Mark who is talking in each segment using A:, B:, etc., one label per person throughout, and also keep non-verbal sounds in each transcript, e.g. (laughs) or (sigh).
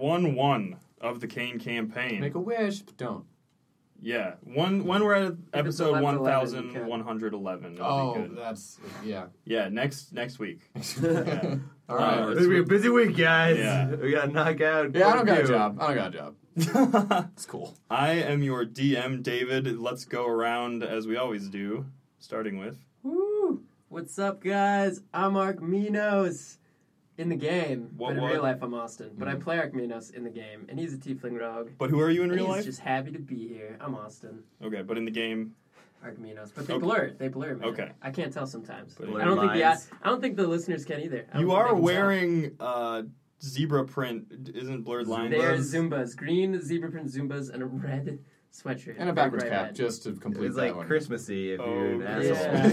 A: one of the Kane campaign.
B: Make a wish, but don't.
A: yeah, one when we're at episode one
C: 1111, you
A: thousand
C: can.
A: one hundred eleven.
B: Oh, that's (laughs) yeah.
A: yeah, next next week. (laughs)
B: All
A: Uh,
B: right.
A: or
C: It's gonna be a busy week, guys.
A: Yeah.
C: We got knocked out.
B: Yeah, I don't got a
C: Fuck you.
B: job. I don't got a job. It's cool.
A: I am your DM, David. Let's go around as we always do, starting with.
C: Woo. What's up, guys? I'm Arkminos in the game.
A: What,
C: but in
A: what?
C: real life, I'm Austin. But I play Arkminos in the game, and he's a tiefling rogue.
A: But who are you in
C: And
A: real
C: he's
A: life?
C: just happy to be here. I'm Austin
A: Okay, but in the game,
C: Arkminos. But they
A: Okay.
C: blur. They blur, man.
A: Okay.
C: I can't tell sometimes.
A: But
C: I don't think the
D: lines.
C: I don't think the listeners can either. I don't
A: you
C: think they
A: are
C: can tell.
A: wearing uh, zebra print. Isn't blurred lines?
C: They are Zumbas, green zebra print Zumbas, and a red sweatshirt.
B: And a
C: Red,
B: backwards
C: red,
B: cap,
C: red.
B: just to complete
D: It's
B: that
D: like
B: one.
D: Christmassy if you're
A: Oh,
D: an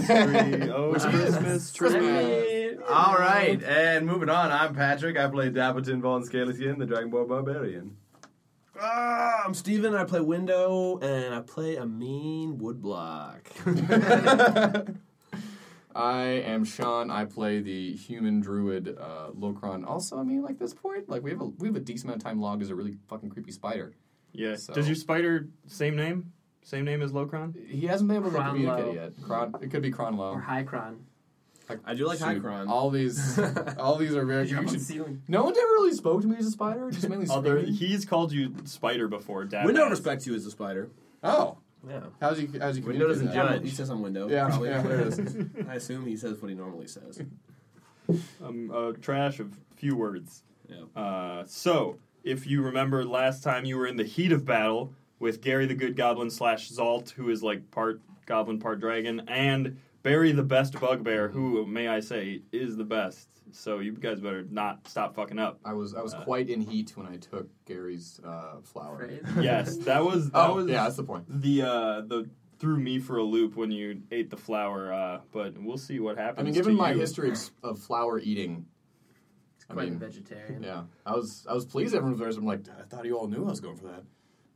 C: Christmas.
B: (laughs)
D: asshole.
A: tree. Oh,
B: Which is
A: Christmas tree.
C: I mean,
D: (laughs) All right, and moving on, I'm Patrick. I play Dapperton Von Scalesian, the Dragon Ball Barbarian.
E: Ah, I'm Steven, I play Window, and I play a mean woodblock.
D: (laughs)
B: I am Sean. I play the human druid uh, Locron. Also, I mean, like this point, like we have a we have a decent amount of time logged as a really fucking creepy spider.
A: Yeah.
B: So-
A: Does your spider same name? Same name as Locron?
B: He hasn't been able to
C: Cronlow.
B: communicate yet. Cron, it could be Cronlow.
C: Or Hycron.
E: I do like
B: Shoot,
E: Hycron.
B: All these, all these are very.
C: Drop
B: You
C: on
B: should,
C: ceiling.
B: no one's ever really spoke to me as a spider. Just mainly
A: Although
B: screaming.
A: he's called you spider before, Dad.
E: Window
A: has.
E: respects you as a spider.
B: Oh,
E: Yeah.
B: how's he? How's he?
D: Window
B: communicate
D: doesn't
B: that?
D: judge.
E: He says I'm Window.
B: Yeah,
E: probably.
B: yeah.
D: (laughs)
E: There it is. I assume he says what he normally says.
A: um, uh, trash of few words.
E: Yep.
A: Uh, so, if you remember last time you were in the heat of battle with Gary the Good Goblin slash Zalt, who is like part goblin, part dragon, and Barry the Best Bugbear, who, may I say, is the best. So, you guys better not stop fucking up.
B: I was I was quite in heat when I took Gary's uh, flower.
C: Phrase.
A: Yes,
B: (laughs)
A: that was that
B: Oh,
A: was
B: yeah, that's the point.
A: the uh, the threw me for a loop when you ate the flower. Uh, but we'll see what happens.
B: I mean, given
A: to
B: my
A: you.
B: history of, of flower eating,
C: It's
B: I
C: quite
B: mean,
C: a vegetarian.
B: yeah, I was I was pleased everyone was. I'm like, I thought you all knew I was going for that,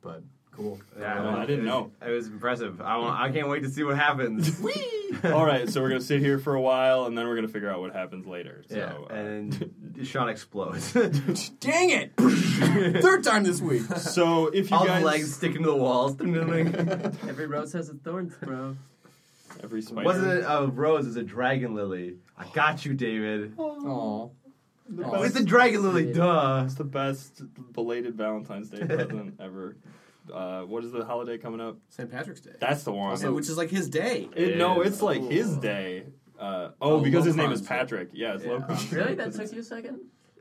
B: but cool. Um,
A: well,
B: (laughs)
A: I didn't know.
D: It was impressive. I, want, I can't wait to see
A: (laughs)
D: what happens. (laughs)
A: All right, so we're gonna sit here for a while, and then we're gonna figure out what happens later. So,
D: Yeah,
A: uh, (laughs)
D: and Sean explodes.
B: Dang it! (laughs) Third time this week.
A: so if you
D: (laughs) All
A: guys
D: the legs sticking to the walls.
A: (laughs)
D: Wasn't
C: Every rose has its thorns, bro.
A: every spider
D: it a rose? It was a dragon lily. I got you, David.
B: (laughs) Aw.
D: Oh, it's a dragon lily, duh.
A: It's the best belated Valentine's Day present ever. Uh, what is the holiday coming up?
E: St. Patrick's Day.
A: That's the one.
E: And- which is like his day.
A: it, no,
D: Yeah.
A: it's like his day. Uh, oh,
E: Oh,
A: because his name is
E: Locron's day.
A: Patrick. Yeah, it's
D: Yeah.
A: Locron.
C: (laughs) Really? That took you a second?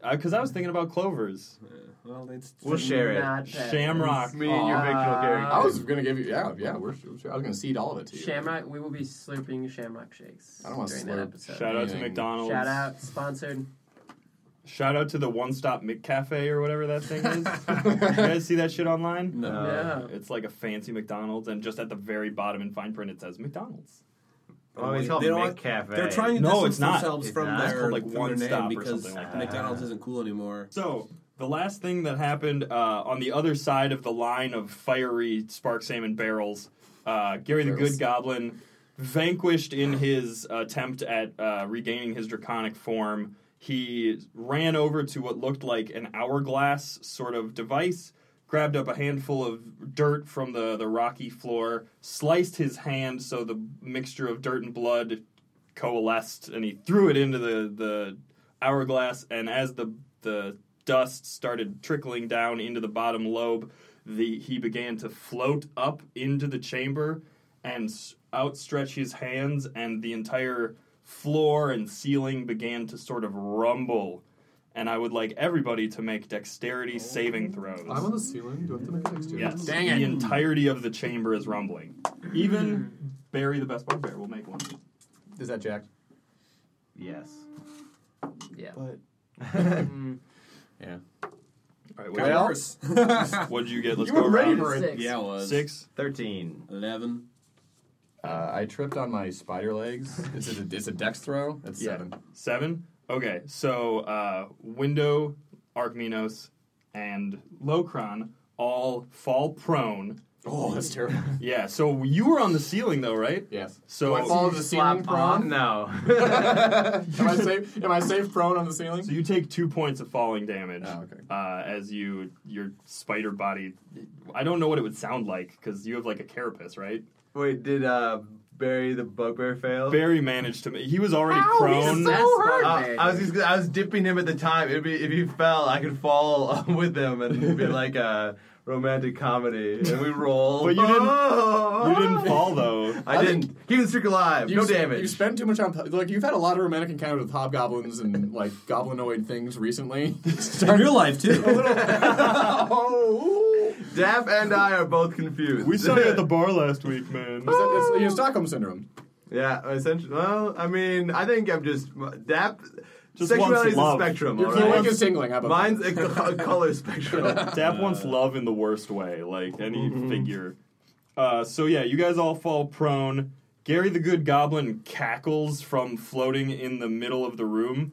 A: Because I was thinking about clovers.
E: Well, it's
D: We'll share it.
C: Not that.
A: Shamrock.
D: Me and your
B: Aw.
D: fictional character.
B: I was gonna give you. Yeah, yeah. We're, I was gonna seed all of it to you.
C: Shamrock. We will be slurping shamrock shakes.
B: I don't wanna
C: during
B: slurp.
C: that episode.
A: Shout out to
B: Anything.
A: McDonald's.
C: Shout out. Sponsored.
A: Shout out to the One Stop McCafe or whatever that thing is. you guys see that shit online?
E: No.
D: Uh,
A: (laughs)
C: yeah.
A: It's like a fancy McDonald's, and just at the very bottom in fine print it says McDonald's.
D: Oh, it's called
E: They don't-
D: McCafe.
E: They're trying to
A: No,
E: distance
A: it's not.
E: themselves
D: It's
E: from
D: not. It's
E: their,
A: called, like,
E: from
A: One
E: their name
A: Stop or
E: because
A: something like
D: that.
E: McDonald's isn't cool anymore.
A: So the last thing that happened uh, on the other side of the line of fiery spark salmon barrels, uh, Gary the
B: Barrels.
A: Good Goblin vanquished in his attempt at uh, regaining his draconic form. He ran over to what looked like an hourglass sort of device, grabbed up a handful of dirt from the, the rocky floor, sliced his hand so the mixture of dirt and blood coalesced and he threw it into the, the hourglass and as the the dust started trickling down into the bottom lobe the he began to float up into the chamber and s- outstretch his hands and the entire floor and ceiling began to sort of rumble and i would like everybody to make dexterity saving throws
B: Oh. I'm on the ceiling. Do I have to make a six?
A: yes the entirety of the chamber is rumbling even barry the best bugbear will make one
B: Is that Jack?
D: Yes.
C: Yeah.
B: But
C: Mm,
B: yeah.
A: all right
E: Got
A: what,
E: (laughs) worse.
A: what'd you get let's
B: You
A: go
B: were ready
A: around.
B: for it.
C: six.
E: yeah, it was.
A: six
D: 13.
E: 11.
B: Uh, I tripped on my spider legs. It's a, it's a dex throw. That's
A: Yeah.
B: seven.
A: Seven? Okay, so uh, Window, Arkminos, and Locron all fall prone
B: Oh, that's terrible.
A: Yeah, so you were on the ceiling though, right?
B: yes.
A: So
B: Do I fall to the ceiling
C: Slap
B: prone?
D: No.
B: (laughs) am I safe? Am I safe prone on the ceiling?
A: So you take two points of falling damage
B: Oh, okay.
A: uh, as you your spider body. I don't know what it would sound like because you have like a carapace, right?
D: Wait, did uh, Barry the bugbear fail?
A: Barry managed to. ma- He was already
B: Ow, he's
A: prone.
B: so-
C: That's
B: hurt.
D: Uh,
C: barbaric.
D: I was just, gonna- I was dipping him at the time. It'd be, if he fell, I could fall (laughs) uh, with him and it'd be like a romantic comedy. And we roll.
A: But you didn't-
D: Oh!
A: you didn't fall though.
D: I,
B: I
D: didn't. Keep the streak alive.
B: You
D: no
B: s-
D: damage.
B: You spend too much on like you've had a lot of romantic encounters with hobgoblins and like goblinoid things recently. (laughs)
E: In real life (laughs) too.
B: oh, ooh.
D: Daph and I are both confused.
A: We saw you at the bar last week,
B: (laughs)
A: man.
B: Is that- it's, you have Stockholm syndrome.
D: yeah, essentially. Well, I mean, I think I'm just Dap.
A: Just wants
D: sexuality is a
A: love.
D: spectrum.
B: Your
D: all
B: cloac
D: right?
B: is tingling. How about
D: Mine's
B: that?
D: a, co- a color spectrum.
A: Dap wants love in the worst way, like any
B: Mm-hmm.
A: figure. Uh, so yeah, you guys all fall prone. Gary the Good Goblin cackles from floating in the middle of the room,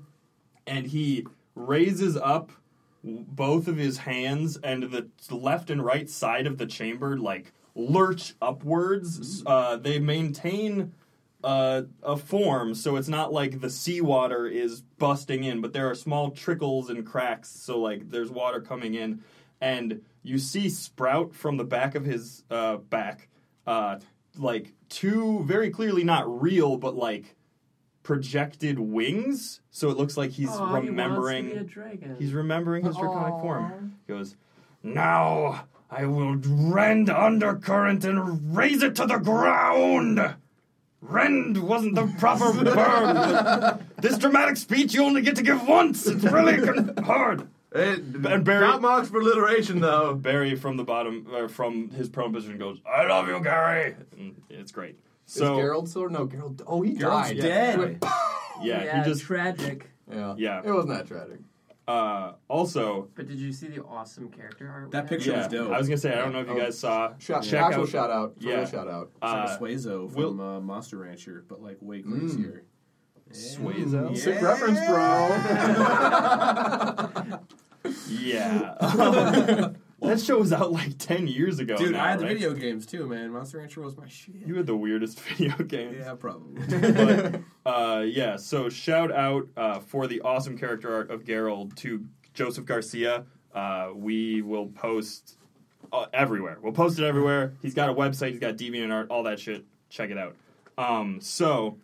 A: and he raises up w- both of his hands, and the t- left and right side of the chamber like lurch
C: Mm-hmm.
A: upwards. Uh, they maintain uh, a form, so it's not like the seawater is busting in, but there are small trickles and cracks, so like there's water coming in, and you see Sprout from the back of his uh, back, uh, like two very clearly not real, but like projected wings, so it looks like he's
C: Aw, he
A: remembering.
C: wants to be a dragon.
A: He's remembering his draconic form. He goes, Now I will rend undercurrent and raise it to the ground! Rend wasn't the proper verb. This dramatic speech you only get to give once. It's really con- hard.
D: It,
A: And Barry-
D: not marks for alliteration though.
A: Barry from the bottom, uh, from his prone position, goes, "I love you, Gary." And it's great. So
B: is Gerald still no Gerald? Oh, he
E: Gerald's
B: died.
E: dead.
A: yeah,
C: yeah,
A: he just.
C: tragic.
B: Yeah.
A: Yeah.
B: It wasn't that tragic.
A: Uh, also,
C: But did you see the awesome character art? we
E: That
C: had?
E: picture-
A: yeah,
E: was dope.
A: I was gonna say I don't know if you
B: Oh,
A: guys saw.
B: Shout,
A: check
B: actual
A: out.
B: shout out. for
A: yeah.
B: real shout out.
A: Uh,
E: It's like Suezo
A: Will-
E: from uh, Monster Rancher, but like way crazier.
A: Suezo?
E: Yeah.
B: Hmm. Sick reference, bro.
E: (laughs)
A: Yeah. that show was out like 10 years ago.
E: (laughs) Dude,
A: now,
E: I had the
A: right?
E: video games too, man. Monster Rancher was my shit.
A: You had the weirdest (laughs) video game.
E: Yeah, (laughs) probably.
A: But, uh, yeah, so shout out uh, for the awesome character art of Gerald to Joseph Garcia. Uh, we will post uh, everywhere. We'll post it everywhere. He's got a website, he's got DeviantArt, all that shit. Check it out. Um, so,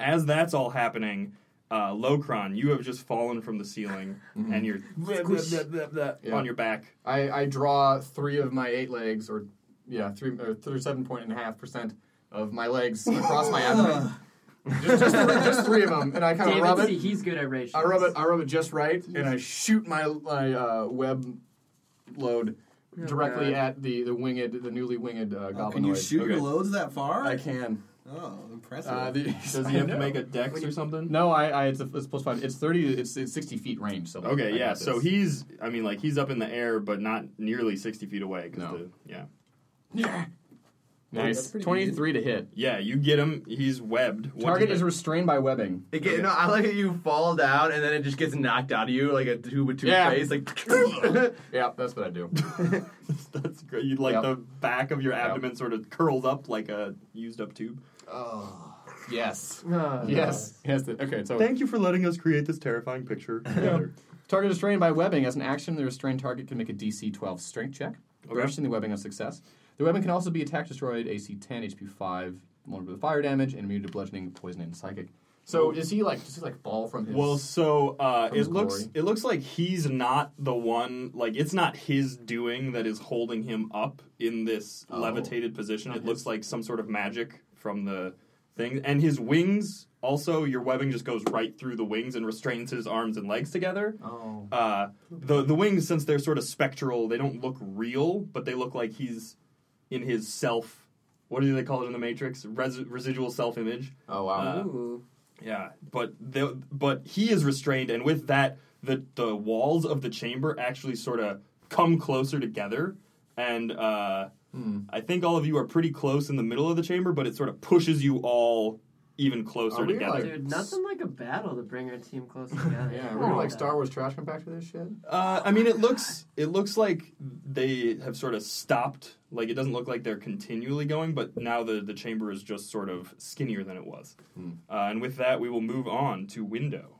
A: as that's all happening, uh, Locron, you have just fallen from the ceiling
E: Mm-hmm.
A: and you're
B: Yeah.
A: on your back.
B: I, I draw three of my eight legs, or yeah, three or thirty-seven point and a half percent of my legs across my abdomen. just, just, three, just three of them, and I kind of
C: David,
B: rub
C: see,
B: it.
C: he's good at ratios.
B: I rub it. I rub it just right, and I shoot my my uh, web load
C: Oh,
B: directly
C: God.
B: at the the winged, the newly winged uh, goblin.
E: Can you shoot
A: Okay.
E: your loads that far?
B: I can.
E: Oh, impressive.
B: Uh, the, (laughs)
A: Does
B: I
A: he have
B: know.
A: to make a dex or something?
B: No, I, I it's, a, it's plus five. It's thirty. It's it's sixty feet range. So I
A: Okay,
B: got
A: yeah.
B: this.
A: So he's, I mean, like he's up in the air, but not nearly sixty feet away. 'cause
B: No.
A: the- yeah,
E: That's
B: nice
E: pretty
B: twenty-three to hit.
A: yeah. You get him. He's webbed. What
B: Target
A: did
B: is
A: it-
B: restrained by webbing.
D: It get, No, I like that you fall down and then it just gets knocked out of you like a tube with two
B: Yeah.
D: face. Like
B: Yeah, that's what I (laughs) do.
A: (laughs) that's great. You like
B: Yep.
A: the back of your abdomen sort of curls up like a used up tube.
B: Oh, yes.
C: Ah.
B: Yes. Yes. th- Okay, so
A: Thank you for letting us create this terrifying picture.
B: (laughs)
A: together.
B: target restrained by webbing. As an action, the restrained target can make a DC 12 strength check.
A: Okay.
B: Bursting the webbing of success. The webbing can also be attacked, destroyed, AC 10, HP 5, vulnerable to fire damage, and immune to bludgeoning, poison, and psychic. So is he like, does he like fall from his.
A: Well, so uh,
B: From
A: it
B: his
A: looks
B: glory.
A: it looks like he's not the one. Like it's not his doing that is holding him up in this
B: Oh.
A: levitated position. It looks like some sort of magic from the thing, and his wings. Also, your webbing just goes right through the wings and restrains his arms and legs together.
B: oh.
A: Uh, the the wings, since they're sort of spectral, they don't look real, but they look like he's in his self. What do they call it in the Matrix? Res- residual self image.
B: Oh, wow.
A: Uh,
C: Ooh.
A: Yeah, but the, but he is restrained, and with that, the the walls of the chamber actually sort of come closer together, and uh, I think all of you are pretty close in the middle of the chamber, but it sort of pushes you all even closer
B: Are we,
A: together.
B: like-
C: Dude, nothing like a battle to bring our team closer together.
B: Yeah, we're gonna like Star Wars trash compactor this shit.
A: Uh, I mean, it looks it looks like they have sort of stopped. Like it doesn't look like they're continually going, but now the the chamber is just sort of skinnier than it was.
E: Hmm.
A: Uh, and with that, we will move on to window.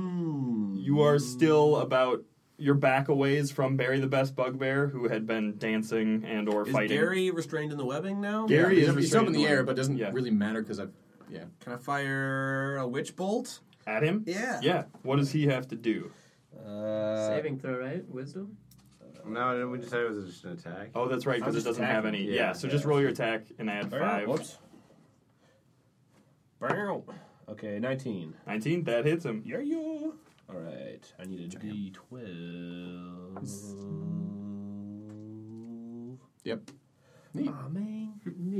E: Mm.
A: You are still about your back a ways from Barry the Best Bugbear, who had been dancing and or
E: Is
A: fighting.
E: Gary restrained in the webbing now?
A: Gary-
B: he's
A: is
B: up- he's up in
A: restrained
B: the air,
A: one.
B: but it doesn't
A: Yeah.
B: really matter because I've yeah.
E: Can I fire a witch bolt?
A: at him.
E: Yeah.
A: Yeah. What does he have to do?
E: Uh,
C: Saving throw, right? Wisdom?
D: No, didn't we decide it was just an attack?
A: Oh, that's right,
C: I'll
A: because it
C: just
A: doesn't
C: attack
A: have
C: him.
A: any. Yeah.
D: Yeah,
A: so
D: yeah.
A: just roll your attack and add
E: Burn.
A: five.
E: Whoops. Burn. Okay, 19.
A: Nineteen. That hits him.
E: Yeah, yeah. All right. I need a D12.
B: Yep.
E: Aw, man.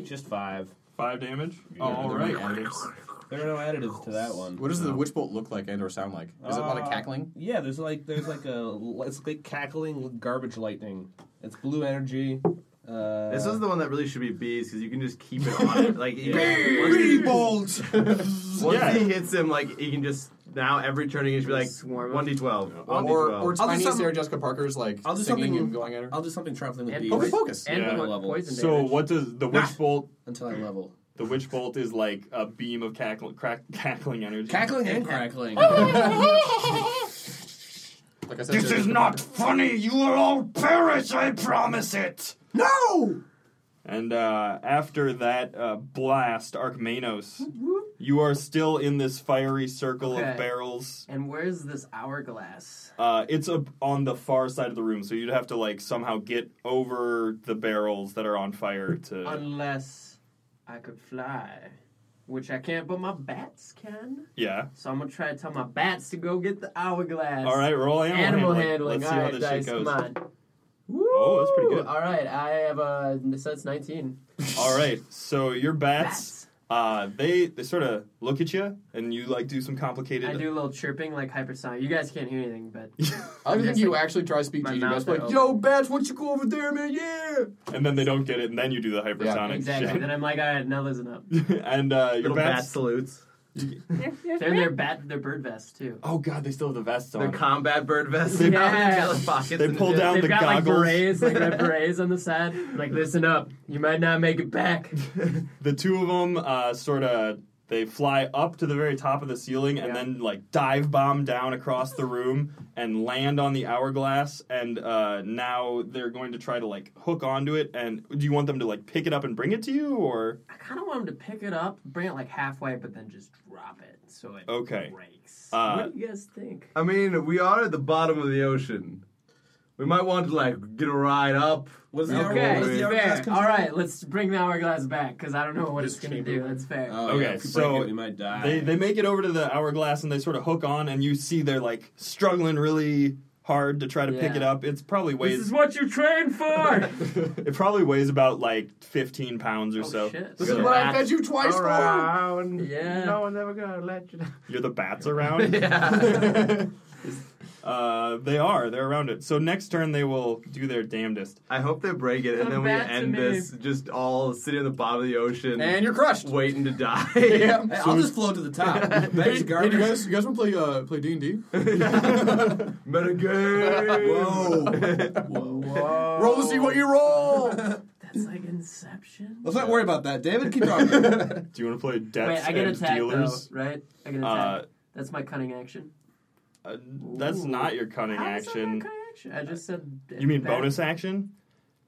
E: Just five.
A: Five damage.
E: Yeah.
A: All
B: There are no
A: Oh, right.
B: additives.
E: There are no additives to that one.
B: What does the witch bolt look like and or sound like? Is it a lot of
E: Uh,
B: cackling?
E: Yeah, there's like there's like a it's like cackling garbage lightning. It's blue energy. Uh,
D: This is the one that really should be bees because you can just keep it on it. Like
E: Bees!
D: once he-
B: (laughs)
E: Bolt!
D: Once
A: Yeah.
D: he hits him, like he can just now every turn he can just be like
C: Swarm him.
D: one d twelve, one d
B: Or or
D: twelve.
E: I'll do
B: tiny
E: some-
B: Sarah Jessica Parker's like
E: I'll do
B: singing
E: something-
B: and going at her.
E: I'll do something traveling with
C: And
E: bees
B: Okay, focus.
C: And
A: Yeah.
C: one
E: Level.
C: poison
A: So
C: damage.
A: what does the witch bolt?
E: until I level.
A: The witch bolt is like a beam of cackle, crack, (laughs) cackling energy. (laughs)
E: Cackling
B: (laughs)
E: and crackling.
B: Like I said, Sarah Jessica
A: funny. You will all perish. I promise it.
E: no!
A: And uh, after that uh, blast, Archmanos, you are still in this fiery circle
C: Okay.
A: of barrels.
C: And where's this hourglass?
A: Uh, it's up on the far side of the room, so you'd have to like somehow get over the barrels that are on fire to.
C: Um, Unless I could fly, which I can't, but my bats can.
A: yeah.
C: So I'm gonna try to tell my bats to go get the hourglass.
A: All right, roll animal,
C: Animal handling.
A: handling. Let's see
C: All
A: how
C: right,
A: this
C: dice,
A: shit goes.
C: come on.
A: Oh, that's pretty
C: Woo!
A: good.
C: All right, I have a so it's 19.
A: All right, so your bats.
C: Bats.
A: Uh, they they sort of look at you, and you like do some complicated.
C: I do a little chirping like hypersonic. You guys can't hear
A: (laughs)
C: anything, but
B: I don't think
C: Yes,
B: you
C: like,
B: actually try to speak
C: my
B: Gigi
C: mouth
B: Best. Like,
C: open.
B: yo, Bats, why don't you go over there, man? Yeah.
A: and then they don't get it, and then you do the hypersonic
C: exactly. Then I'm like, all right, now listen
A: (laughs)
C: up.
A: shit. and uh, your
D: Little bat
A: bats.
D: salutes.
C: They're in their bat, their bird vest too.
A: Oh god, they still have the vests
D: Their
A: on.
D: combat bird
B: (laughs)
D: vests.
E: Oh,
C: Yeah.
D: Now in pockets
A: They
D: and
A: pull
D: just-
A: down-
C: They've
A: the
C: got
A: goggles.
C: like berets, like red berets on the side. Like, listen up, you might not make it back.
A: (laughs) the two of them uh, sort of they fly up to the very top of the ceiling and
C: Yeah.
A: then like dive bomb down across the room and land on the hourglass and uh, now they're going to try to like hook onto it and do you want them to like pick it up and bring it to you or
C: (laughs) I kind of want them to pick it up, bring it like halfway, but then just drop it so it
A: Okay.
C: breaks.
A: Uh,
C: what do you guys think?
D: I mean, we are at the bottom of the ocean. We might want to like get a ride up.
E: What's the
D: Yeah,
C: Okay,
E: hourglass- what's the
D: yeah.
E: hourglass
C: fair.
E: control?
C: All right, let's bring the hourglass back because I don't know what
E: This
C: it's gonna
E: chamber.
C: do. That's fair.
E: Oh,
A: Okay,
E: yeah, if we break
A: so
E: it, we might die.
A: they they make it over to the hourglass and they sort of hook on and you see they're like struggling really hard to try to pick
C: Yeah.
A: it up it's probably
C: this
A: weighs
C: is what you
A: (laughs)
C: train for.
A: it probably weighs about like 15 pounds or
C: oh
A: so
C: shit!
B: This
D: Go
B: is what I
D: back
B: fed you twice for.
D: Around.
C: Yeah.
D: No one's ever gonna let you down.
A: you're the bats
C: (laughs)
A: around (laughs) Uh, they are. They're around it. So next turn they will do their damnedest.
D: I hope they break it,
C: Come
D: and then we
C: back to
D: end
C: me.
D: this just all sitting at the bottom of the ocean,
B: And you're crushed.
D: waiting to die.
B: (laughs) Yeah.
E: Hey, I'll just float to the
D: (laughs)
E: top.
B: (laughs)
E: Bags
B: Hey,
E: of
B: hey,
E: garbage.
B: you guys, you guys want to play uh, play D and D?
E: (laughs)
D: (laughs) Metagame.
E: Whoa. Whoa.
C: Whoa.
B: Roll to see what you roll.
C: That's like Inception.
E: Let's not worry about that. David, keep
D: (laughs)
E: talking.
A: Do you want to play
C: Wait,
A: debts
C: I get
A: and
C: attacked
A: dealers?
C: though, right? I get attacked.
A: Uh,
C: That's my cunning action.
A: uh, that's
C: Ooh.
A: not your cunning
C: How is that
A: action.
C: my cunning action? I just said.
A: You mean
C: back-
A: bonus action?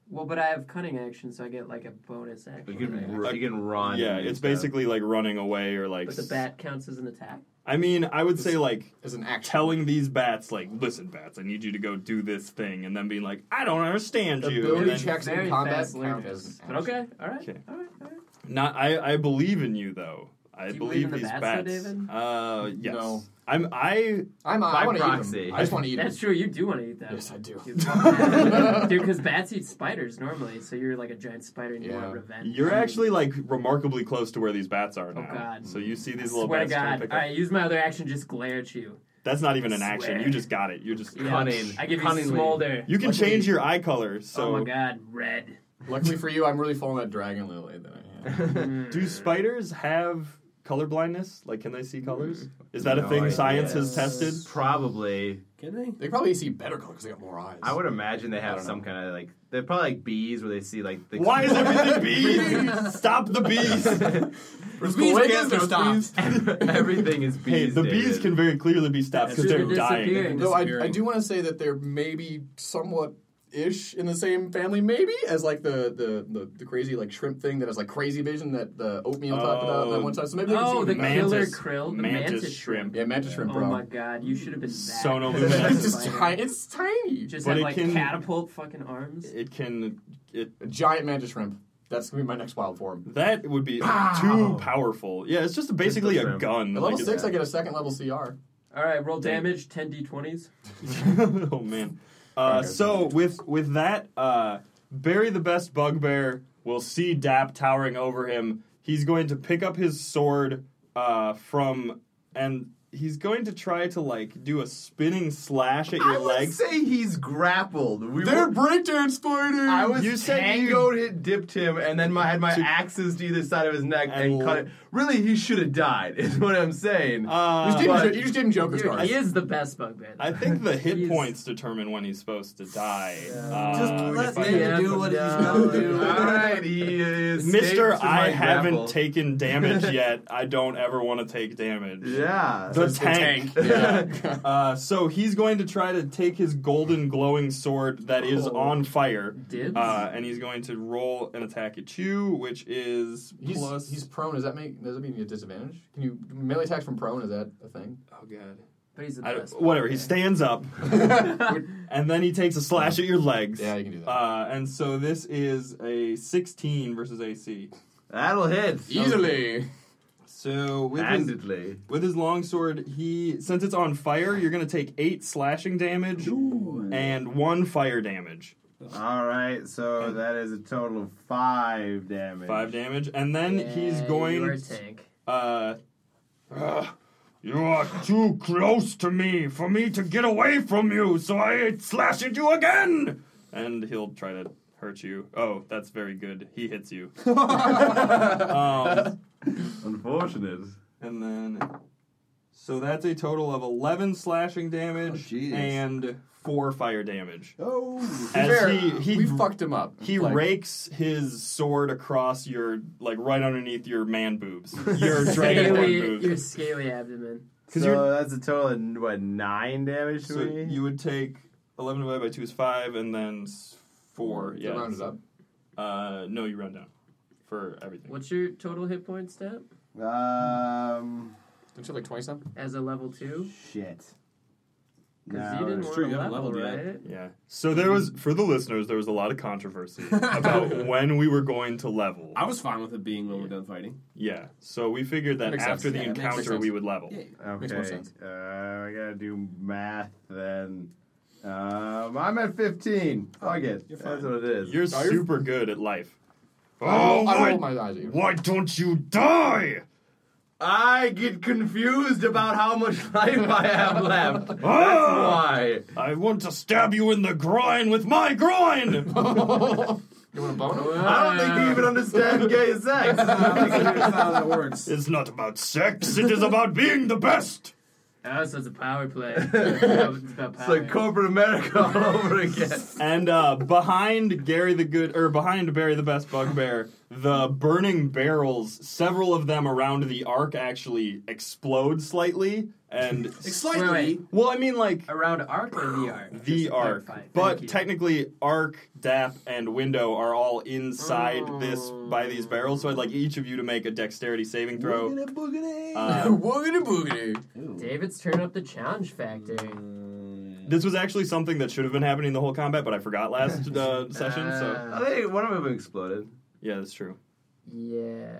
C: Well, but I have cunning action, so I get like a bonus action.
D: you, can, ru- you can run.
A: Yeah,
D: and
A: it's
D: stuff.
A: basically like running away or like.
C: But the bat counts as an attack.
A: I mean, I would say like
B: As an action.
A: telling these bats like, listen, bats, I need you to go do this thing, and then being like, I don't understand
B: The
A: you. and
B: ability
A: then-
B: check- Checks in
C: Very
B: combat
C: fast
B: count
C: learners.
B: as an
C: But okay, all right,
A: Okay.
C: all right, all right.
A: Not, I, I believe in you though. I
C: Do you believe
A: believe
C: in the
A: these
C: bats,
A: bats.
C: though, David?
A: Uh, yes.
B: No.
A: I'm. I.
B: I'm. I
D: By
B: want to eat
D: proxy.
B: them. I just want to eat
C: That's
B: them.
C: true. You do want to eat that.
B: Yes, I do.
C: (laughs) Dude, because bats eat spiders normally, so you're like a giant spider and you
B: Yeah.
C: want revenge.
A: You're actually like remarkably close to where these bats are now.
C: Oh, God.
A: So you see
C: I
A: these little
C: swear to
A: bats trying
C: God.
A: to pick
C: All
A: up.
C: right, use my other action. Just glare at you.
A: That's not even an
C: I
A: action.
C: swear.
A: You just got it. You're just
C: Yeah.
D: Cunning.
C: I give you
D: Cunningly.
C: smolder.
A: You can
B: Luckily-
A: change your eye color. So
C: Oh my God, red.
D: (laughs)
B: Luckily for you, I'm really following that dragon lily that I had.
A: do spiders have color blindness? Like, can they see colors? Is that a
D: No
A: thing
D: idea.
A: science has
E: Yes.
A: tested?
D: Probably.
E: Can they?
B: They probably see better color because they got more eyes.
D: I would imagine they
B: I
D: have
B: don't
D: some kind of like they're probably like bees where they see like the
A: Why is
D: (laughs)
A: everything bees? Stop (laughs) the bees!
B: We're
D: Bees
B: awake
D: can't
B: as they're
D: stop.
B: bees.
D: everything is bees.
A: hey, the
D: David.
A: bees can very clearly be stopped because
E: That's
A: they're
E: true.
A: dying.
E: Disappearing.
B: Though I, I
E: disappearing.
B: do want to say that they're maybe somewhat ish in the same family, maybe as like the the, the, the crazy like shrimp thing that has like crazy vision that the oatmeal talked about that
A: Oh.
B: one time. So maybe they can
C: Oh,
B: see
C: the
B: them.
A: Mantis-
C: killer krill, the
A: mantis
C: mantis,
A: shrimp.
B: yeah mantis shrimp,
C: Oh
B: bro. (laughs)
C: my god, you should have been that.
A: Sonoluminescent.
B: it's just tiny. It's tiny.
C: You just
A: But
C: have
A: it
C: like
A: can-
C: catapult fucking arms.
A: It can. It
B: A giant mantis shrimp. That's gonna be my next wild form.
A: that would be
D: Pow!
A: too powerful. Yeah, it's just basically
D: Just the
A: a
D: shrimp.
A: gun.
B: At level
A: Like,
B: six,
A: it's-
B: I get a second level CR.
C: All right, roll damage, ten d20s.
A: (laughs) oh man. Uh, so with with that, uh, bury the best bugbear. We'll see Dap towering over him. He's going to pick up his sword uh, from and he's going to try to like do a spinning slash at your
D: I would
A: legs.
D: say he's grappled. We
B: They're
D: were-
B: breakdance spiders.
D: I was
A: You said
D: tangoed, hit, dipped him, and then my, had my
A: To-
D: axes to either side of his neck and,
A: And
D: cut
A: l-
D: it. Really, he should have died, (laughs) is what I'm saying.
B: You just
A: uh,
B: gave him-
D: but-
B: you just gave him Joker's
C: Dude,
B: cards.
C: he is the best bugbear.
A: I think the hit
C: He's-
A: points determine when he's supposed to die.
F: Just
A: Uh,
F: let
A: if I-
F: David
C: Yeah,
F: do what he's
C: no,
F: gonna do.
A: (laughs)
C: dude.
D: All right, he is.
A: Mister, I haven't taken damage yet. I don't ever want to take damage.
D: Yeah.
A: The tank.
B: Yeah.
A: (laughs) Uh, so he's going to try to take his golden glowing sword that is
C: Oh.
A: on fire,
C: Dibs.
A: uh, and he's going to roll an attack at you, which is
B: He's,
A: plus.
B: he's prone. Does that make does that mean you get disadvantage? Can you melee attacks from prone? Is that a thing?
A: oh god,
C: but he's the
A: I
C: best.
A: don't, whatever. He stands
B: (laughs)
A: up, and then he takes a slash at your legs.
B: Yeah, you can do that.
A: Uh, and so this is a 16 versus AC.
D: That'll hit.
B: Easily.
A: So with his,
D: Handedly. (laughs)
A: with his longsword, he since it's on fire, you're going to take eight slashing damage and one fire damage.
D: All right, so that is a total of five damage.
A: Five damage, and then he's
C: Yeah,
A: going.
C: You're a tank.
A: uh, "Ugh, you are too close to me for me to get away from you, so I slash at you again. And he'll try to hurt you. Oh, that's very good. He hits (laughs) you. um,
D: Unfortunate.
A: and then, so that's a total of eleven slashing
F: Oh,
A: damage
F: jeez.
A: and four fire damage.
F: Oh.
A: As
B: Fair.
A: he he
B: we fucked him up.
A: he
B: Like,
A: rakes his sword across your like right underneath your man (laughs) boobs,
C: (laughs)
A: your dragon horn
C: Scaly,
A: boobs.
C: your scaly abdomen.
A: 'Cause
D: So
A: you're-
D: that's a total of, what, nine damage to
A: So
D: me?
A: you would take eleven divided by two is five, and then s- four.
B: to
A: Yeah.
B: round it up.
A: Uh, no, you round down for everything.
C: What's your total hit point stat
D: Um,
B: Don't you have like twenty something?
C: as a level two?
D: shit.
C: Because
D: No,
C: you didn't
E: it's
C: want
E: true,
C: to
E: you haven't
C: level,
E: leveled
C: right?
E: yet.
A: Yeah. So there was for the listeners, there was a lot of (laughs) controversy about when we were going to level.
E: I was fine with it being when we're done fighting.
A: Yeah. So we figured that
B: Makes
A: after
B: sense.
A: the
B: Yeah, it makes
A: encounter
B: sense.
A: we would level.
D: Okay.
B: Makes more
D: (laughs)
B: sense.
D: Uh, I gotta do math then. Um, I'm at 15. Fuck it.
E: You're
D: That's
E: fine.
D: what it is.
A: You're super good at life. Oh,
B: I roll- I
A: why-
B: rolled Oh my eyes. at you.
A: why don't you die?
D: I get confused about how much (laughs) life I have
E: (laughs)
D: left. That's why.
A: Ah! I want to stab you in the groin with my groin.
B: (laughs) You want a bone?
D: I don't think you even understand gay
E: (laughs)
D: sex.
E: That's how that works.
A: it's not about sex. It is about being the best.
C: Oh, so it's a
A: (laughs)
C: power play. it's about
D: It's
C: power.
D: like corporate America all over again.
A: And uh, behind Gary the Good, or behind Barry the Best Bugbear, the burning barrels, several of them around the arc actually explode slightly. And,
F: Slightly.
C: (laughs) Wait,
A: well, I mean, like,
C: Around arc or the arc? Just
A: the
C: to
A: arc.
C: clarify. Thank
A: But
C: you.
A: technically, arc, dap, and window are all inside this by these
C: Mm.
A: barrels. So I'd like each of you to make a dexterity saving throw.
E: Boogity, boogity.
C: (laughs)
A: Uh,
B: (laughs) Woogity boogity.
C: David's turn up the challenge factor.
A: this was actually something that should have been happening the whole combat, but I forgot last
C: (laughs)
A: uh, session. So
D: I think one of them exploded.
A: yeah, that's true.
C: Yeah.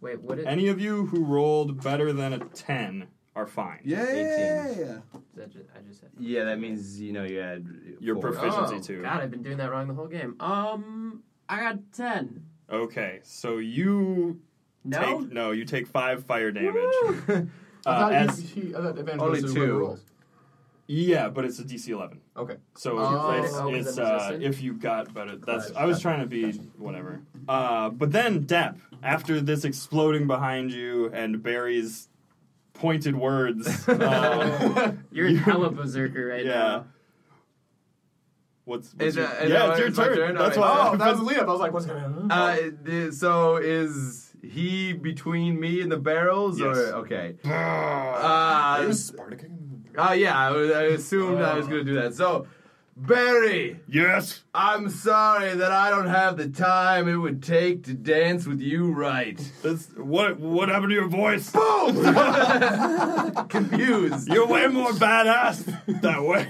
C: Wait, what is
A: Any of you who rolled better than a ten are fine.
F: Yeah.
C: that? Just, I just said.
D: Yeah, that means you know you had
A: Your
D: four.
A: proficiency
B: Oh,
A: too.
C: God, I've been doing that wrong the whole game. Um, I got ten.
A: Okay, so you
C: No.
A: take no, you take five fire damage.
C: Woo!
B: I
A: Uh,
B: thought
A: as
B: he, he, I thought advantage
D: Only
B: was the
D: two.
B: rules.
A: Yeah, but it's a DC eleven.
B: Okay.
A: So
B: Oh,
A: it's,
C: oh, is
A: it's
C: it
A: uh,
C: resistant?
A: if you got, but it, that's
B: Right,
A: I was trying to be whatever. Uh, but then Dap, after this exploding behind you and Barry's pointed words, uh, (laughs)
C: You're an hella berserker right
A: yeah. (laughs)
C: now.
A: What's, what's
D: Is
A: your,
D: that- is
A: yeah?
D: that-
A: It's your
D: it's my
A: turn.
D: turn?
A: That's
D: Alright.
A: why.
B: Oh, that was a lead up. I was like, what's going on?
D: Uh, th- so is he between me and the barrels?
A: Yes.
D: Or okay.
C: Mm-hmm.
D: Uh, uh, yeah, I, was- I assumed I was gonna do that. So, Barry,
A: yes.
D: I'm sorry that I don't have the time it would take to dance with you right.
C: (laughs)
A: That's, what what happened to your voice?
D: Boom! Confused.
A: You're way more badass that way.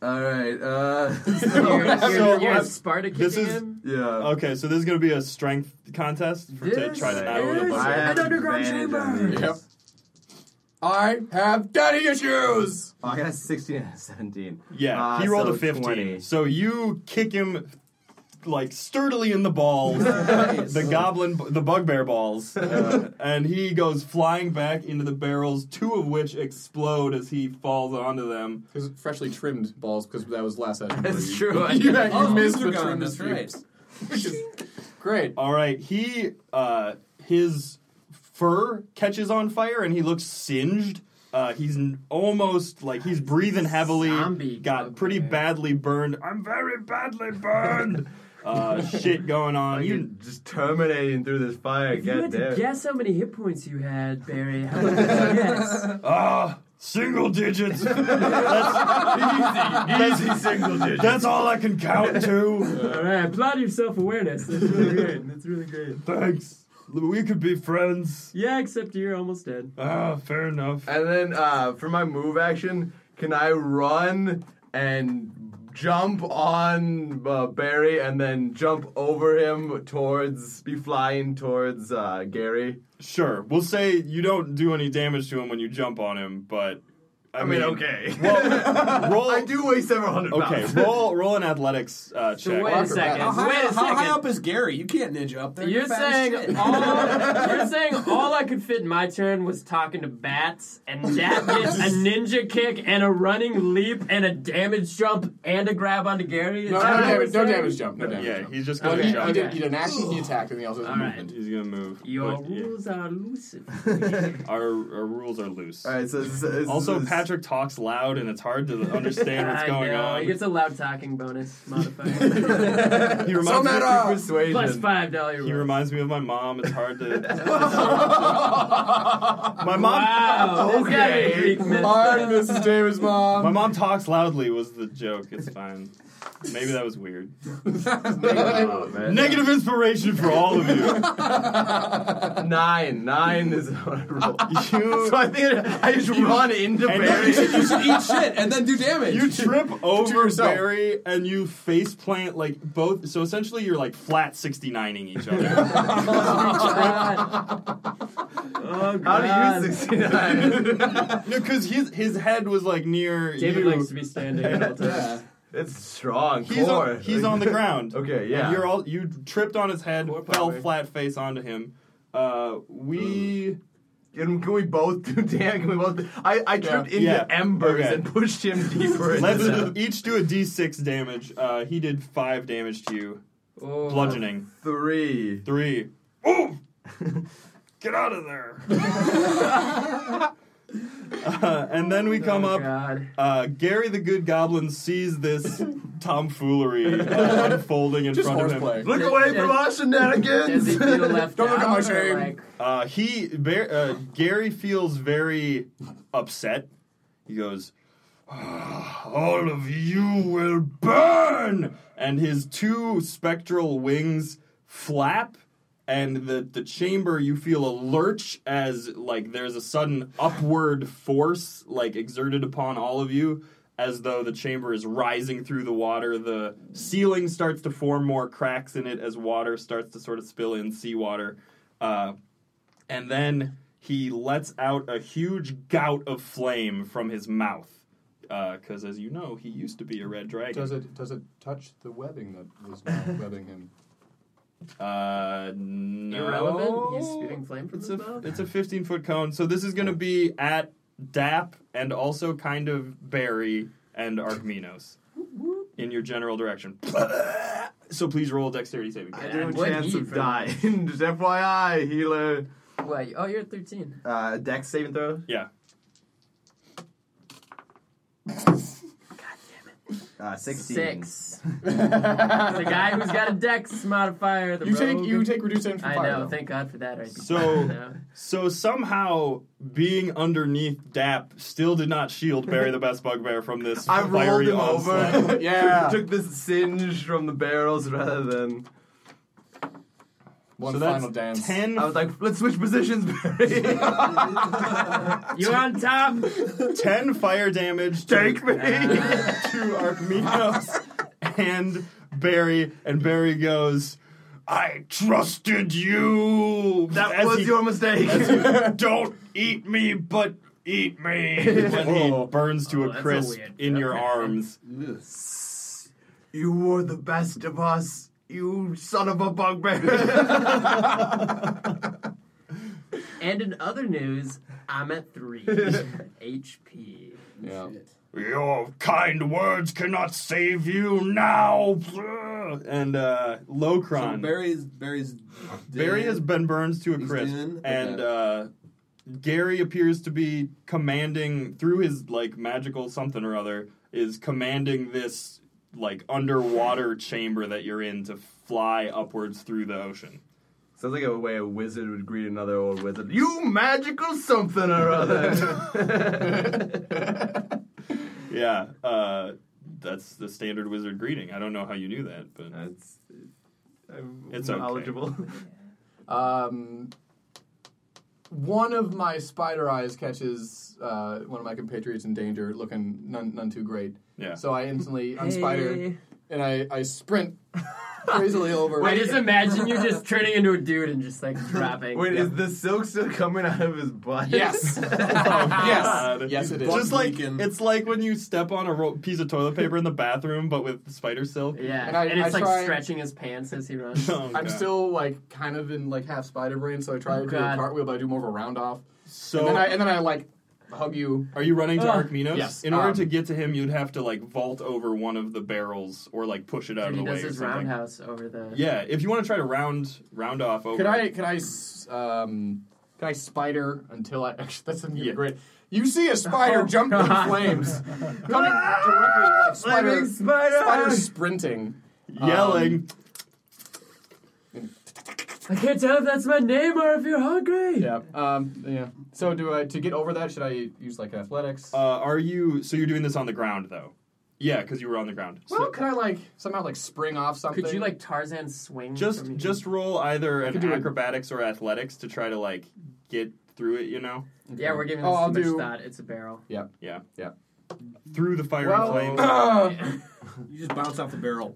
D: All right.
C: (laughs)
D: Uh,
C: You're, you're,
A: So,
C: you're,
A: I'm-
C: Sparta
A: this
C: kicking
A: is-
C: him?
D: yeah.
A: (laughs) Okay, so this is gonna be a strength contest for, to
C: This
A: try to narrow the
C: is-
A: buzzer.
D: I have
C: An underground
D: advantage on
C: chamber.
D: this.
B: Yep. I have daddy issues.
D: Oh, I got a 16 out of 17.
A: Yeah,
D: Uh,
C: Ah,
A: he rolled
D: so
A: a 15.
D: 20.
A: So you kick him like sturdily in the
C: (laughs)
A: balls, the goblin, the bugbear balls, uh, and he goes flying back into the barrels, two of which explode as he falls onto them.
B: His freshly trimmed balls because that was last session. (laughs)
D: That's true. I-
B: You, you
E: Oh,
B: missed
E: these are
B: the
E: gone,
B: trimmed
E: that's right.
B: strips. (laughs) Which is great.
A: All right, he uh, his fur catches on fire and he looks singed. Uh, he's n- almost like he's breathing heavily.
C: Zombie
A: got pretty
C: bugbear.
A: badly burned. I'm very badly burned. (laughs) uh, shit going on.
D: Like,
A: You
D: you're just terminating through this fire.
C: If you had to
D: goddamn.
C: guess how many hit points you had, Barry, how much (laughs) did you guess?
A: Ah, single (laughs) digits. that's,
D: Easy single digit.
A: that's all I can count to.
C: All right, applaud your self awareness. That's really great. That's really great.
A: (laughs) Thanks. We could be friends.
C: Yeah, except you're almost dead.
A: Ah, fair enough.
D: And then uh, for my move action, can I run and jump on uh, Barry and then jump over him towards, be flying towards uh, Gary?
A: Sure. We'll say you don't do any damage to him when you jump on him, but I,
D: I mean, (laughs) okay.
A: Well, roll.
D: I do weigh several hundred
A: Okay,
D: pounds.
A: roll roll an athletics uh,
C: So
A: check.
C: wait a second.
F: How high,
C: Wait a
F: how
C: second.
F: high up is Gary? You can't ninja up there.
C: You're
F: fat as
C: saying
F: shit.
E: (laughs)
C: all you're saying all I could fit in my turn was talking to bats, and that gets a ninja kick and a running leap and a damage jump and a grab onto Gary. Is
B: No, no,
C: that what you're
B: damage, no
C: saying?
B: damage jump. No damage
A: Yeah,
B: jump.
A: he's just gonna
B: Okay,
A: jump.
B: he, did, he did an action, he attacked, and he also has
C: All right.
B: movement.
A: (laughs) He's gonna move.
C: Your
A: but, yeah,
C: rules are elusive.
F: (laughs)
A: (laughs) our, our rules are loose.
D: All right, so this, this,
A: Also,
D: this-
A: Patrick talks loud, and it's hard
D: (laughs)
A: to understand what's
C: I
A: going
C: know.
A: on.
C: He gets a loud talking bonus
B: (laughs)
C: modifier.
A: He
D: So
A: reminds me-
D: meta! persuasion.
C: Plus five dollar.
A: He
C: (laughs) roll.
A: reminds me of my mom. It's hard to.
D: (laughs)
A: my mom.
C: Wow, this guy
D: Okay.
C: is a Greek
D: (laughs)
C: myth.
B: Hard, Mrs. Davis,
A: (laughs)
B: mom.
A: My mom talks loudly was the joke. It's fine. Maybe that was
D: (laughs)
A: weird.
D: Oh, man.
A: Negative inspiration for all of you.
D: Nine. Nine is (laughs) what I roll.
A: You
D: (laughs) so I think I just run into
A: And-
F: No, you,
D: Barry.
F: should, you should eat shit and then do damage.
A: you trip over
B: yourself.
A: Barry and you face plant like both. So essentially, you're like flat 69ing each other. (laughs)
C: Oh,
D: How
C: God.
D: do you 69?
A: no, because his his head was like near
C: David
A: you.
C: likes to be standing
B: (laughs)
C: at all times.
D: (laughs) it's strong.
A: He's
D: core.
A: on, he's on the (laughs) ground.
D: Okay,
A: And
D: yeah.
A: you're all you tripped on his head,
C: More
A: fell
C: power.
A: flat face onto him. Uh, we
D: Can, can we both do (laughs) Dan? Can we both? I, I tripped into
A: Yeah.
D: embers
A: Okay.
D: and pushed him
A: (laughs)
D: deeper. into
A: let's
D: them.
A: each do a d6 damage. Uh, he did five damage to you,
C: Oh.
A: bludgeoning
D: Three.
A: three. (laughs) Ooh, get out of there! (laughs) Uh, and then we come
C: Oh,
A: up.
C: God.
A: Uh, Gary the Good Goblin sees this tomfoolery uh, unfolding in
B: Just
A: front of him.
B: horseplay.
D: Look away from our
C: Does
A: (laughs)
D: shenanigans.
C: he feel left
B: Don't look
C: out?
B: at my
C: or,
B: shame.
C: Like,
A: Uh, he Bar- uh, Gary feels very upset. He goes, "Ah, "All of you will burn!" And his two spectral wings flap, and the the chamber you feel a lurch as like there's a sudden upward force like exerted upon all of you. As though the chamber is rising through the water, the ceiling starts to form more cracks in it as water starts to sort of spill in seawater. Uh, and then he lets out a huge gout of flame from his mouth. Because, as you know, he used to be a red dragon.
B: Does it does it touch the webbing that was now webbing him?
A: Uh, no.
C: irrelevant? He's spewing flame from
A: It's
C: his
A: a,
C: mouth?
A: it's a 15 foot cone. So this is going to be at Dap, and also kind of Barry and Archminos in your general direction. So please roll dexterity saving. throw.
C: I
D: No
C: And what
D: chance
C: you
D: of
C: for-
D: dying. (laughs) Just FYI, healer.
C: Wait, oh, you're at 13.
D: Uh, Dex saving throw.
A: Yeah.
D: Uh, sixteen.
C: Six. The
B: the
C: guy who's got a dex modifier. The
B: You take
C: rogue.
B: you take reduced damage from
C: I
B: fire.
C: know.
B: though.
C: Thank God for that. Right.
A: So-
C: (laughs) now.
A: So somehow being underneath Dap still did not shield Barry the Best Bugbear from this
D: (laughs) I rolled
A: fiery
D: him
A: onslaught.
D: (laughs) over.
B: Yeah.
D: Took the singe from the barrels rather than.
B: One
A: so that's
B: final dance.
A: ten
D: I was like, let's switch positions, Barry. (laughs)
C: you're on top.
A: 10 fire damage. to-
D: Take
A: (laughs)
D: me.
A: to Archminos and Barry, and Barry goes, I trusted you. (laughs)
D: that
A: As
D: was
A: he-
D: your mistake.
A: Don't eat me, but eat me.
D: (laughs)
A: When he burns to
C: Oh,
A: a
C: that's a
A: crisp
C: weird-
A: in your
C: okay.
A: arms.
D: you were the best of us. You son of a bugbear.
C: And in other news, I'm at three HP.
B: Yeah.
A: Your kind words cannot save you now. And uh,
F: So
A: Locron. Barry,
F: Barry's Barry's
A: has been burned to a
F: He's
A: crisp.
F: dead?
A: And uh, Gary appears to be commanding, through his like magical something or other, is commanding this like underwater chamber that you're in to fly upwards through the ocean.
D: Sounds like a way a wizard would greet another old wizard. You magical
B: (laughs)
D: something or other.
A: Yeah. Uh, that's the standard wizard greeting. I don't know how you knew that, but.
F: Uh,
D: That's I'm
A: It's okay.
D: knowledgeable.
B: Um, one of my spider eyes catches uh, one of my compatriots in danger, looking none, none too great.
A: Yeah.
B: So I instantly unspider and I, I sprint crazily over.
C: Wait, just imagine you just turning into a dude and just like dropping.
D: Wait, is the silk still coming out of his
B: (laughs)
D: butt?
B: Yes.
A: God.
B: yes. Yes, it is.
A: Just like
F: Leaking.
A: it's like when you step on a ro- piece of toilet paper in the bathroom, but with spider silk.
C: Yeah,
B: And
C: and,
B: I-
C: it's
B: I
C: like
B: try-
C: stretching his pants as he runs.
A: (laughs) Oh,
B: I'm
A: God.
B: still like kind of in like half spider brain, so I try to do a
C: God.
B: cartwheel, but I do more of a round off.
A: so.
B: and then I and then I like hug you.
A: Are you running to
C: Ugh.
A: Archminos?
B: Yes.
A: In order
B: Um,
A: to get to him, you'd have to like vault over one of the barrels or like push it out
C: and
A: of
C: he
A: the way
C: does
A: or
C: his
A: something.
C: roundhouse over the.
A: Yeah, if you want to try to round round off over.
B: Can I can I s- um can I spider until I (laughs) actually that's gonna be
A: Yeah.
B: great. You see a spider
C: Oh,
B: jump in
C: God.
B: flames, coming directly
C: (laughs)
B: like spider,
D: spider.
B: spider sprinting.
A: Yelling.
C: I can't tell if that's my name or if you're hungry.
B: Yeah. Um. Yeah. So do I to get over that? Should I use like athletics?
A: uh, are you? So you're doing this on the ground though? Yeah, because you were on the ground. So
B: well, could I like somehow like spring off something?
C: Could you like Tarzan swing?
A: just
C: from here?
A: just roll either an
B: could do it.
A: acrobatics or athletics to try to like get through it. You know,
C: Yeah, we're giving
B: Oh,
C: this
B: I'll
C: too much
B: do-
C: thought. It's a barrel.
A: through the fire
C: (laughs)
B: Well-
A: and flames.
F: You just bounce off the barrel.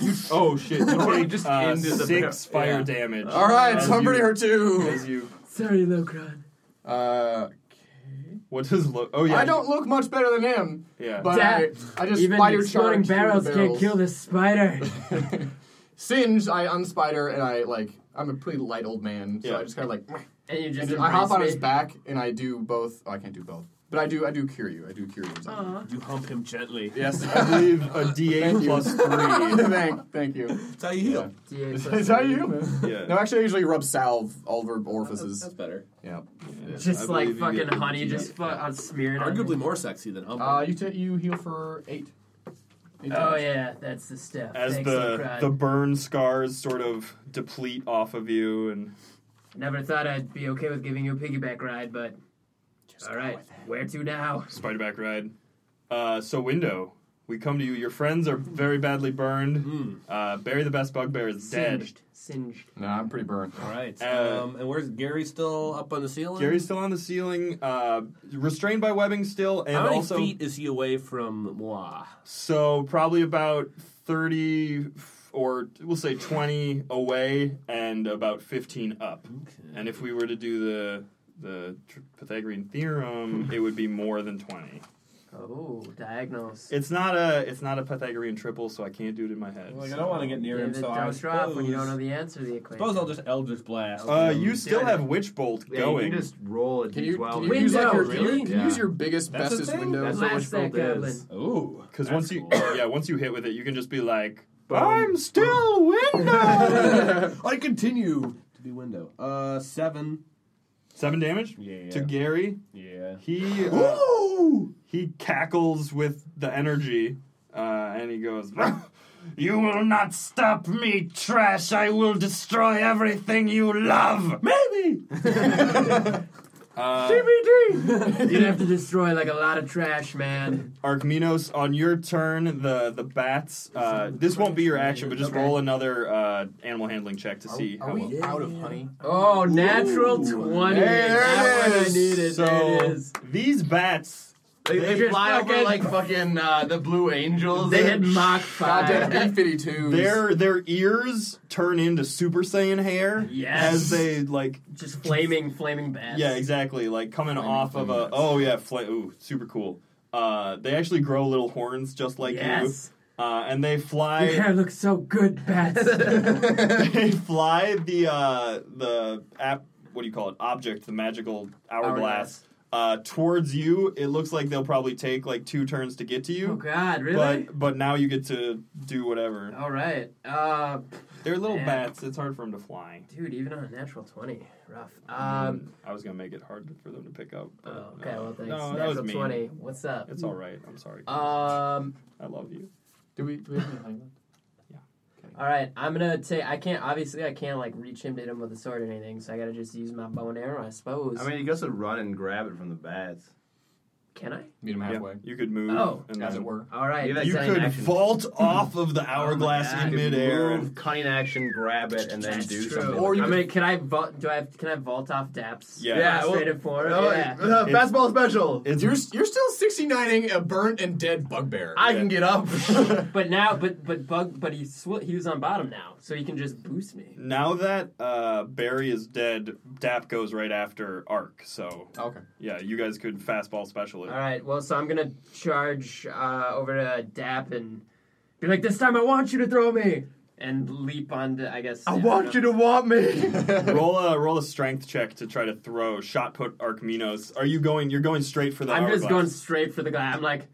F: (laughs)
A: Oh shit! (laughs) You take
D: Just
A: uh,
D: into the
A: six
D: barrel.
A: fire
F: Yeah.
A: damage.
B: (laughs) All right,
A: As
B: somebody
A: you-
B: or
C: (laughs)
B: two.
A: As you,
C: Sorry, Locron.
B: Uh,
A: what does look? Oh yeah,
B: I don't look much better than him,
A: Yeah,
B: but I,
C: Dad,
B: I just
C: Even
B: spider
C: exploding
B: charge through the
C: barrels can't kill this spider.
B: (laughs) Singe, I unspider and I like. I'm a pretty light old man, so
A: Yeah.
B: I just kind of like.
C: and you
B: and
C: just.
B: just- I hop on
C: embrace
B: his
C: me.
B: back and I do both. Oh, I can't do both, but I do. I do cure you. I do cure you.
C: Aw.
F: You hump him gently.
A: (laughs)
B: Yes, (laughs)
A: I believe a D8
B: Thank you.
A: plus three.
B: thank, thank you.
F: That's how you heal.
C: DA plus
B: (laughs) Is that
C: three.
B: you?
A: (laughs) Yeah.
B: No, actually, I usually rub salve all over orifices.
F: That's better.
B: Yeah.
A: I
C: Just like
A: believe you
C: fucking
A: get-
C: honey,
A: you get-
C: just fu- on smeared. on me.
F: Arguably more sexy than humping.
B: Uh, you t- you heal for eight. Eight
C: Oh
B: damage.
C: yeah, that's the stuff.
A: As
C: Thanks,
A: the
C: Locron.
A: the burn scars sort of deplete off of you, and
C: Never thought I'd be okay with giving you a piggyback ride, but all right, where to now?
A: Spiderback ride. Uh, so window, we come to you. Your friends are very badly burned.
F: Mm.
A: Uh, Barry the best bugbear is dead.
C: Singed, singed.
B: No, I'm pretty burned.
F: All right.
A: Uh,
F: um, and where's Gary still up on the ceiling?
A: Gary's still on the ceiling, uh, restrained by webbing still, and
F: How many
A: also
F: feet is he away from moi?
A: so probably about thirty or we'll say twenty away, and about fifteen up. And if we were to do the the tr- Pythagorean theorem, it would be more than 20.
C: Oh, diagnose.
A: It's not a it's not a Pythagorean triple, so I can't do it in my head.
E: Like, I don't want to get near him,
C: David,
E: so
C: don't
E: I
C: drop when you don't know
E: suppose,
C: the answer to the equation.
E: suppose I'll just Eldritch Blast.
A: Uh, you still
C: Yeah.
A: have Witch Bolt
D: Yeah, you
A: going.
D: can just roll a
B: Can you,
D: d12.
B: can you
C: Window,
B: use like your, can you-
C: really?
B: can you use your biggest,
E: That's a
B: bestest
E: thing?
B: window?
D: That's
C: Blast that
D: what Witchbolt is.
C: goblin.
E: Ooh.
A: Because
E: that's
A: once you (coughs)
E: cool.
A: yeah once you hit with it, you can just be like,
D: Boom.
A: I'm still window.
E: (laughs) I continue to be window. Uh, seven.
A: (laughs) Seven damage
E: Yeah.
A: to Gary.
E: yeah.
A: He uh,
E: Ooh!
A: he cackles with the energy, uh, and he goes. (laughs) You will not stop me, trash! I will destroy everything you love! (laughs)
E: Maybe!
A: Uh,
C: You'd have to destroy like a lot of trash, man.
A: Arkminos, on your turn, the the bats. Uh, this won't be your action, but just
C: Okay.
A: roll another uh, animal handling check to see
B: Are
A: how.
B: we
A: well-
B: out of honey?
C: Oh, natural twenty.
B: Hey, there it
C: that one I
B: is.
C: needed.
A: so
C: there it is.
A: these bats,
D: They, they
C: You're
D: fly over
C: fucking-
D: like fucking uh, the Blue Angels.
C: They had Mach five.
B: Goddamn B-52s.
A: their their ears turn into Super Saiyan hair
C: Yes.
A: as they like.
C: just flaming, flaming bats.
A: Yeah, exactly. Like coming
B: Flaming
A: off of a.
B: bats.
A: Oh yeah, fla- ooh, super cool. Uh, they actually grow little horns just like
C: yes.
A: you, uh, and they
C: (laughs) Your
A: fly.
C: hair looks so
B: (laughs)
C: good, bats.
A: they fly the uh, the app. What do you call it? Object, the magical hourglass, Uh, towards you. It looks like they'll probably take like two turns to get to
C: oh
A: you.
C: God, really?
A: But but now you get to do whatever.
C: All right, uh,
A: They're little
C: Man.
A: bats. It's hard for them to fly.
C: dude. Even on a natural twenty, rough. Um,
A: Mm, I was gonna make it hard for them to pick up. but,
C: oh,
A: uh,
C: okay, well thanks.
A: No, that
C: natural
A: was mean.
C: twenty. What's up?
A: It's all right. I'm sorry.
C: Um.
A: I love you.
B: Do we, do we have any honey left?
C: All right, I'm gonna take. I can't. Obviously, I can't like reach him, to hit him with a sword or anything. So I gotta just use my bow and arrow, I suppose.
D: I mean, you guess to run and grab it from the bats.
C: Can I?
B: Meet him
A: Yeah,
B: halfway,
A: you could move.
C: Oh.
A: and
B: as
A: then-
B: it were.
C: All right.
D: You
C: that's
A: You
C: an
A: could
C: action.
A: vault off of the hourglass
C: God.
A: in
D: You can
A: midair. and-
D: move, cunning action, grab it, and then
C: That's
D: do
C: true.
D: something.
B: Or
D: with
B: you
C: I
D: it.
B: could-
C: mean, can I vault? Do I have? Can I vault off Daps?
A: Yeah.
D: Yeah,
C: Like,
D: well-
C: Straight and forward. (laughs)
D: Oh,
C: yeah.
D: uh, fastball special.
A: It's
B: You're, you're still 69ing a burnt and dead bugbear.
D: I can get up. (laughs)
C: But now, but but bug, but he sw- he was on bottom now, so he can just boost me.
A: Now that uh, Barry is dead, Dap goes right after Ark. So
B: (laughs) okay.
A: yeah, you guys could fastball special it.
C: All right. Well, so I'm gonna charge uh, over to Dap and be like, "This time, I want you to throw me." And leap onto, I guess.
D: I want you to want me.
A: roll a roll a strength check to try to throw shot put Arkminos. Are you going? You're going straight for the.
C: I'm just
A: hourglass.
C: going straight for the guy. I'm like,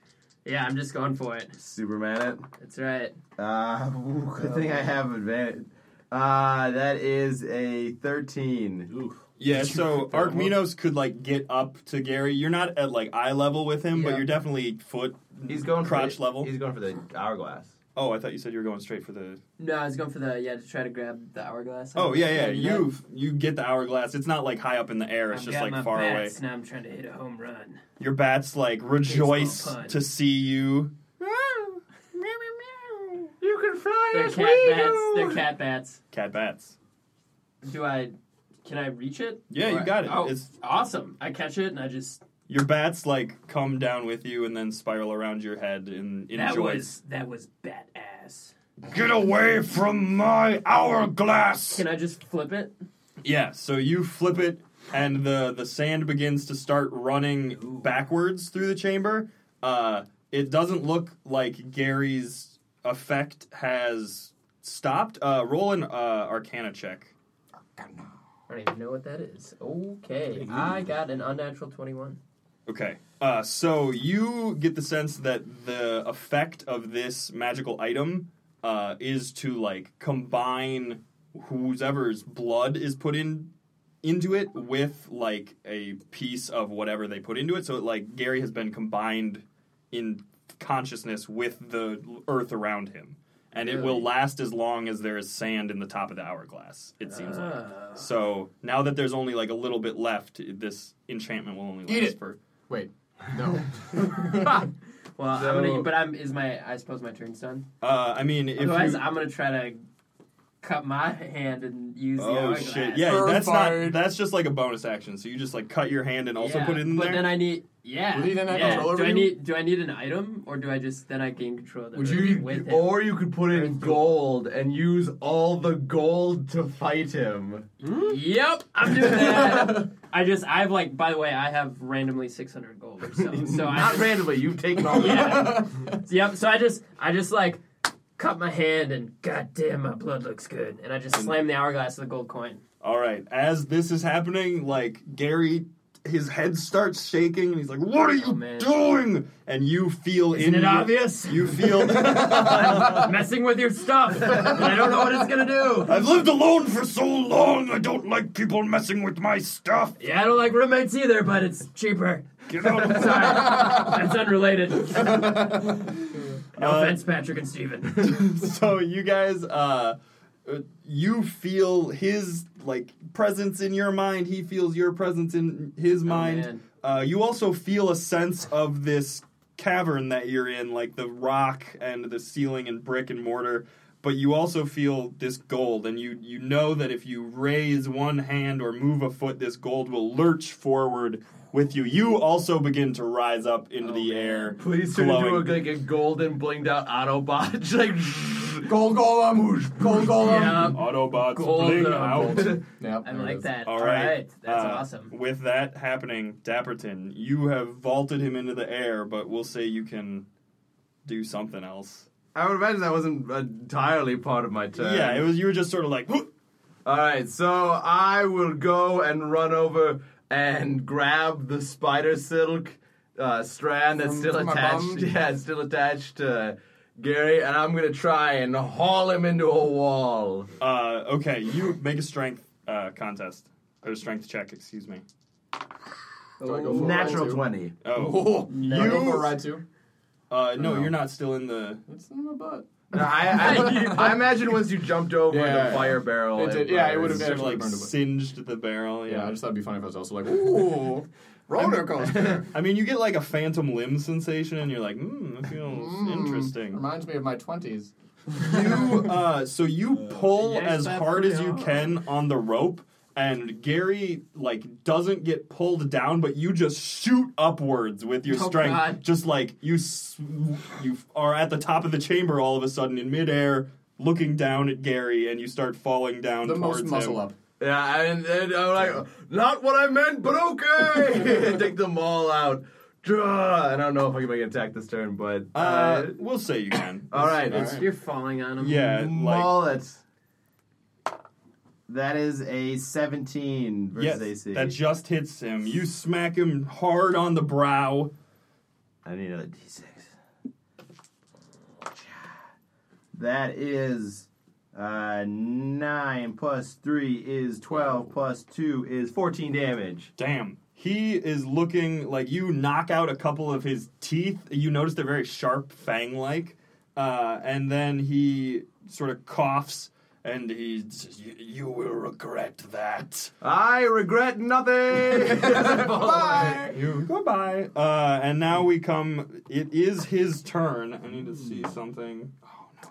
C: yeah, I'm just going for it.
D: (laughs) Superman it.
C: That's right.
D: Uh, (laughs) ooh, good thing I have advantage. Uh, that is a 13.
A: Yeah, so Arkminos could like get up to Gary. You're not at like eye level with him, but
C: Yeah.
A: you're definitely foot.
D: He's going
A: crotch
D: for the,
A: level.
D: He's going for the hourglass.
A: Oh, I thought you said you were going straight for the.
C: No, I was going for the yeah to try to grab the hourglass.
A: Oh yeah, yeah.
C: I'm
A: You you get the hourglass. It's not like high up in the air. It's
C: I've
A: just
C: got my
A: like far away.
C: bats, Now I'm trying to hit a home run.
A: Your bats like rejoice
C: Baseball pun.
A: to see you.
D: You can fly
C: They're cat bats. They're cat bats.
A: Cat bats.
C: Do I? Can I reach it?
A: Yeah, you
C: Or-
A: got it.
C: Oh,
A: It's
C: awesome! I catch it and I just
A: your bats like come down with you and then spiral around your head and
C: that
A: enjoy.
C: was that was badass.
A: Get away from my hourglass.
C: Can I just flip it?
A: Yeah, so you flip it, and the the sand begins to start running backwards through the chamber. Uh, it doesn't look like Gary's effect has stopped. Uh, roll an uh, Arcana check.
C: I don't even know what that is. Okay, I got an unnatural twenty-one.
A: Okay. Uh, so you get the sense that the effect of this magical item uh, is to like combine whoever's blood is put in into it with like a piece of whatever they put into it. So it, like Gary has been combined in consciousness with the earth around him, and it will
C: Really?
A: last as long as there is sand in the top of the hourglass. It seems like.
C: Ah.
A: So now that there's only like a little bit left, this enchantment will only last
B: Eat it.
A: for
B: Wait. No.
C: (laughs) well,
D: So-
C: I'm gonna. But I'm. Is my? I suppose my turn's done.
A: Uh, I mean, if
C: Otherwise,
A: you,
C: I'm gonna try to cut my (laughs) hand and use the
A: Oh
C: hourglass.
A: shit! Yeah,
B: Earth
A: that's
B: fired.
A: not. That's just like a bonus action. So you just like cut your hand and also
C: Yeah,
A: put it in
C: but
A: there.
C: then I need yeah.
B: Would he then have
C: yeah.
B: control over
C: do I
B: you?
C: need do I need an item or do I just then I gain control of the
D: Would
C: earth
D: you,
C: with him?
D: or you could put in gold and use all the gold to fight him.
C: Yep, I'm doing that. I just I've like by the way I have randomly 600 gold or something. So I
D: Not
C: just-
D: randomly, you've taken
B: (laughs) Oh,
D: all.
C: Yeah. Yep. So I just, I just like cut my hand and goddamn, my blood looks good. And I just slam the hourglass with the gold coin.
A: All right. As this is happening, like Gary, his head starts shaking, and he's like, "What are you
C: Oh, man.
A: doing?" And you feel in
C: Isn't it
A: your-
C: obvious?
A: You
C: (laughs)
A: feel. (laughs)
C: I'm messing with your stuff. And I don't know what it's gonna do.
A: I've lived alone for so long. I don't like people messing with my stuff.
C: Yeah, I don't like roommates either, but it's cheaper.
A: Get out (laughs) of
C: (laughs) Sorry, that's unrelated. No
A: Uh,
C: offense, Patrick and
A: (laughs)
C: Steven.
A: so you guys uh uh, you feel his like presence in your mind he feels your presence in his mind
C: man.
A: uh you also feel a sense of this cavern that you're in like the rock and the ceiling and brick and mortar but you also feel this gold and you you know that if you raise one hand or move a foot this gold will lurch forward with you you also begin to rise up into the air
D: Please turn into a,
A: glowing.
D: like a golden blinged out Autobot. (laughs) like
B: Gold golem. Gold golem.
C: Yeah,
A: Autobots
C: Gold,
A: bling
C: uh,
A: out.
B: Yep,
C: I
B: there it
C: like
B: is.
A: (laughs)
C: that.
A: All right.
C: that's
A: Uh,
C: awesome.
A: With that happening, Dapperton, you have vaulted him into the air, but we'll say you can do something else.
D: (laughs) I would imagine that wasn't entirely part of my turn.
A: Yeah, it was. You were just sort of like, "Whoop."
D: All right, so I will go and run over and grab the spider silk uh, strand that's
B: From-
D: still
B: from my
D: attached.
B: bum?
D: (laughs) Yeah, it's still attached to Gary, and I'm gonna try and haul him into a wall.
A: uh, okay, you make a strength uh, contest or strength check. Excuse me.
B: Do I go for a
D: Natural
B: ride too? (laughs)
D: twenty.
A: Oh,
B: Oh, do I go for a ride too? Oh,
A: uh, no, you're not still in the.
B: It's in my butt.
D: (laughs) No, I, I, I imagine once you jumped over
B: Yeah.
D: the fire barrel,
B: It did- yeah, it
D: was-
B: would've
A: Sort of
B: actually
A: like
B: burned a bit.
A: singed the barrel.
B: Yeah,
A: Yeah.
B: I just thought it'd be funny if I was also like, ooh, roller coaster.
A: I mean, you get like a phantom limb sensation, and you're like, hmm, that feels
B: Mm.
A: interesting.
B: Reminds me of my twenties.
A: you uh, so you pull
C: yes,
A: as
C: that's
A: hard as
C: pretty
A: you
C: hard.
A: can on the rope and gary like doesn't get pulled down but you just shoot upwards with your
C: Oh,
A: strength
C: God.
A: just like you s- you are at the top of the chamber all of a sudden in midair looking down at gary and you start falling down
B: The
A: towards
B: most muscle
A: him
B: up.
D: (laughs) Yeah, and, and I'm like, not what I meant, but okay. (laughs) Take them all out. Draw. I don't know if I can make an attack this turn, but uh,
A: uh, we'll say you can
D: all right,
B: all
D: it's
B: right.
C: You're falling on him.
A: yeah like
D: mullet.
G: That is a 17 versus
A: yes,
G: AC.
A: that just hits him you smack him hard on the brow
G: I need another D6. That is uh, 9 plus 3 is 12 plus 2 is 14 damage.
A: Damn. He is looking like you knock out a couple of his teeth. You notice they're very sharp, fang like. Uh, and then he sort of coughs and he says, "You- You will regret that.
D: I regret nothing. Bye.
A: You goodbye. Uh, and now we come. It is his turn. I need to see something. Oh no.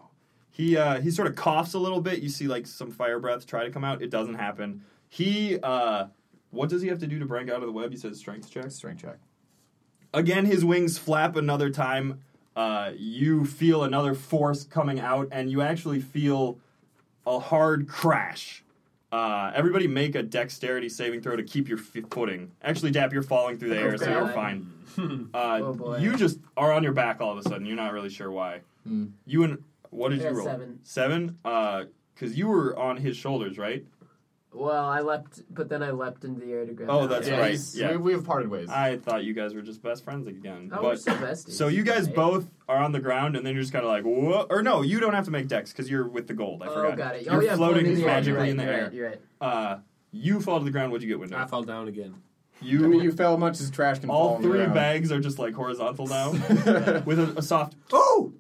A: He uh, he sort of coughs a little bit. You see like some fire breath try to come out. It doesn't happen. He uh, what does he have to do to break out of the web? You said strength check.
B: Strength check.
A: Again, his wings flap another time. Uh, you feel another force coming out, and you actually feel a hard crash. Uh, everybody make a dexterity saving throw to keep your f- footing. Actually, Dap, you're falling through the air, so
C: Okay.
A: you're
C: (laughs)
A: fine. Uh,
C: Oh, boy.
A: you just are on your back all of a sudden. You're not really sure why.
B: Hmm.
A: You and what did
C: Yeah,
A: you roll?
C: seven.
A: Seven? Because you were on his shoulders, right?
C: Well, I leapt, but then I leapt into the air to grab.
A: Oh,
C: the
A: that's
C: hourglass.
B: yeah,
A: right.
B: he's-
A: yeah.
B: We, we have parted ways.
A: I thought you guys were just best friends again.
C: Oh,
A: but
C: we're so besties.
A: So you guys
C: Right.
A: both are on the ground, and then you're just kind of like, whoa. Or no, you don't have to make decks because you're with the gold. I
C: Oh,
A: forgot.
C: got it.
A: You're
C: oh, yeah,
A: floating,
C: in the air.
A: magically
C: You're right,
A: in the
C: you're
A: air.
C: Right, you're right.
A: Uh, you fall to the ground. What'd you get, Window?
F: I fall down again.
B: I mean,
A: You,
B: you fell much as trash can fall.
A: all
B: on the
A: three
B: ground.
A: bags are just like horizontal now, with a, a soft.
D: Oh,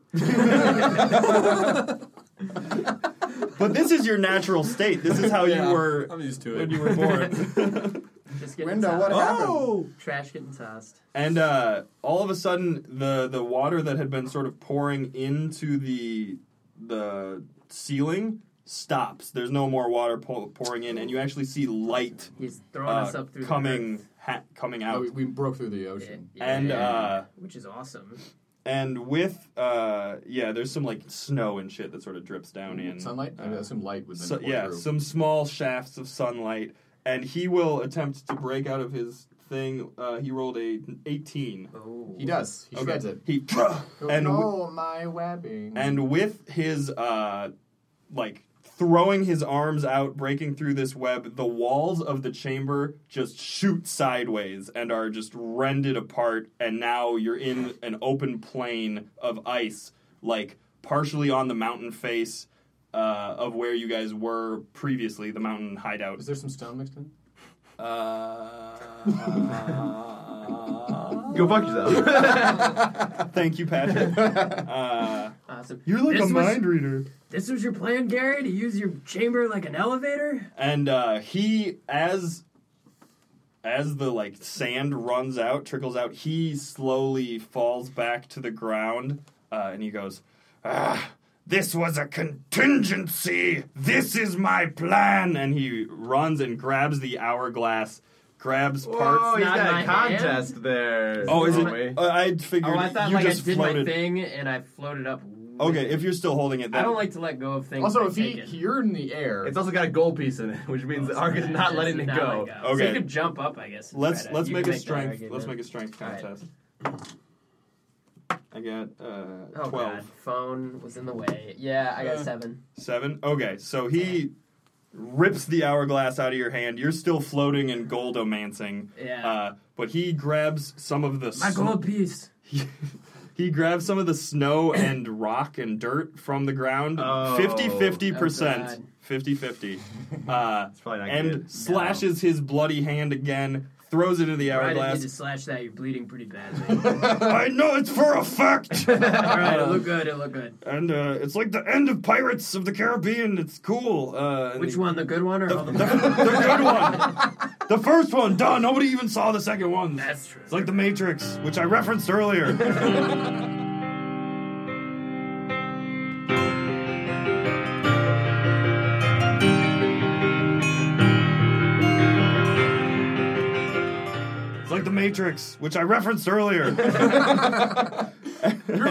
A: But this is your natural state. This is how
B: Yeah.
A: you were
F: I'm used to
A: when
F: it.
E: (laughs)
A: you were born.
C: Just getting
B: Window,
C: tossed.
A: Oh.
B: what happened?
C: Trash getting tossed.
A: And uh, all of a sudden, the the water that had been sort of pouring into the the ceiling stops. There's no more water po- pouring in, and you actually see light
C: He's throwing
A: uh,
C: us up through the
A: coming
C: earth.
A: ha- coming out.
B: Oh, we, we broke through the ocean.
C: Yeah,
A: and
C: yeah,
A: uh,
C: which is awesome.
A: and with uh, yeah, there's some like snow and shit that sort of drips down in
B: Sunlight? I
A: Uh,
B: assume light would then
A: so,
B: pour
A: yeah,
B: through.
A: some small shafts of sunlight, and he will attempt to break out of his thing. Uh, he rolled a 18.
C: Oh,
B: he does. He
A: Okay.
B: shreds it.
A: He (laughs) and w-
B: oh my webbing.
A: and with his uh, like throwing his arms out, breaking through this web, the walls of the chamber just shoot sideways and are just rended apart. And now you're in an open plain of ice, like partially on the mountain face. Uh, of where you guys were previously, the mountain hideout.
B: is there some stone mixed in?
C: (laughs)
A: Uh,
D: Go fuck
A: (laughs)
D: yourself.
A: Thank you,
C: (laughs)
A: Patrick. Uh,
C: awesome.
A: You're like
C: This
A: a
C: was-
A: mind reader.
C: This was your plan, Gary, to use your chamber like an elevator?
A: And uh, he, as as the like sand runs out, trickles out, he slowly falls back to the ground, uh, and he goes, ah, "This was a contingency. This is my plan." And he runs and grabs the hourglass, grabs parts.
D: Whoa, he's
C: Not
D: got
C: my
D: a contest there.
A: Oh, is
D: homie.
A: it? Uh, I figured
C: Oh, I thought
A: you
C: like I
A: just
C: did
A: floated.
C: my thing and I floated up. with
A: Okay,
C: it.
A: if you're still holding it, then
C: I don't like to let go of things.
B: Also,
C: I
B: if he,
C: take it.
B: you're in the air,
D: It's also got a gold piece in it, which means
C: (laughs)
D: Ark is not
C: This
D: letting
C: is
D: it
C: not
D: go.
C: letting So
A: Okay.
C: you could jump up, I guess. and
A: Let's
C: try to-
A: let's
C: you
A: make
C: can
A: a
C: that
A: strength.
C: argument.
A: Let's make a strength
C: All right.
A: contest. I got uh,
C: Oh,
A: twelve.
C: God. Phone was in the way. Yeah, I got
A: Uh,
C: seven.
A: Seven. Okay, so he rips the hourglass out of your hand. You're still floating and goldomancing,
C: Yeah.
A: uh, but he grabs some of the
C: my
A: sn-
C: gold piece.
A: he, (laughs) he grabs some of the snow and rock and dirt from the ground.
D: Oh.
A: 50 50
C: Oh,
A: percent.
C: God.
A: 50
C: (laughs)
A: 50. Uh,
D: It's probably not good.
A: and slashes his bloody hand again. Throws it into the
C: Right, if you
A: hourglass.
C: just slash that, you're bleeding
A: (laughs)
C: pretty badly.
A: I know it's for a
C: (laughs)
A: fact.
C: All right, it looked good. It looked good.
A: and uh, it's like the end of Pirates of the Caribbean. It's cool. Uh, and
C: Which
A: he-
C: one, the good one or
A: The,
C: all
A: the, (laughs)
C: the
A: the good one. The first one, duh, nobody even saw the second one.
C: That's true.
A: It's like The Matrix, which I referenced
D: (laughs)
A: earlier. It's like The Matrix, which I referenced
D: (laughs)
A: earlier.
B: you're a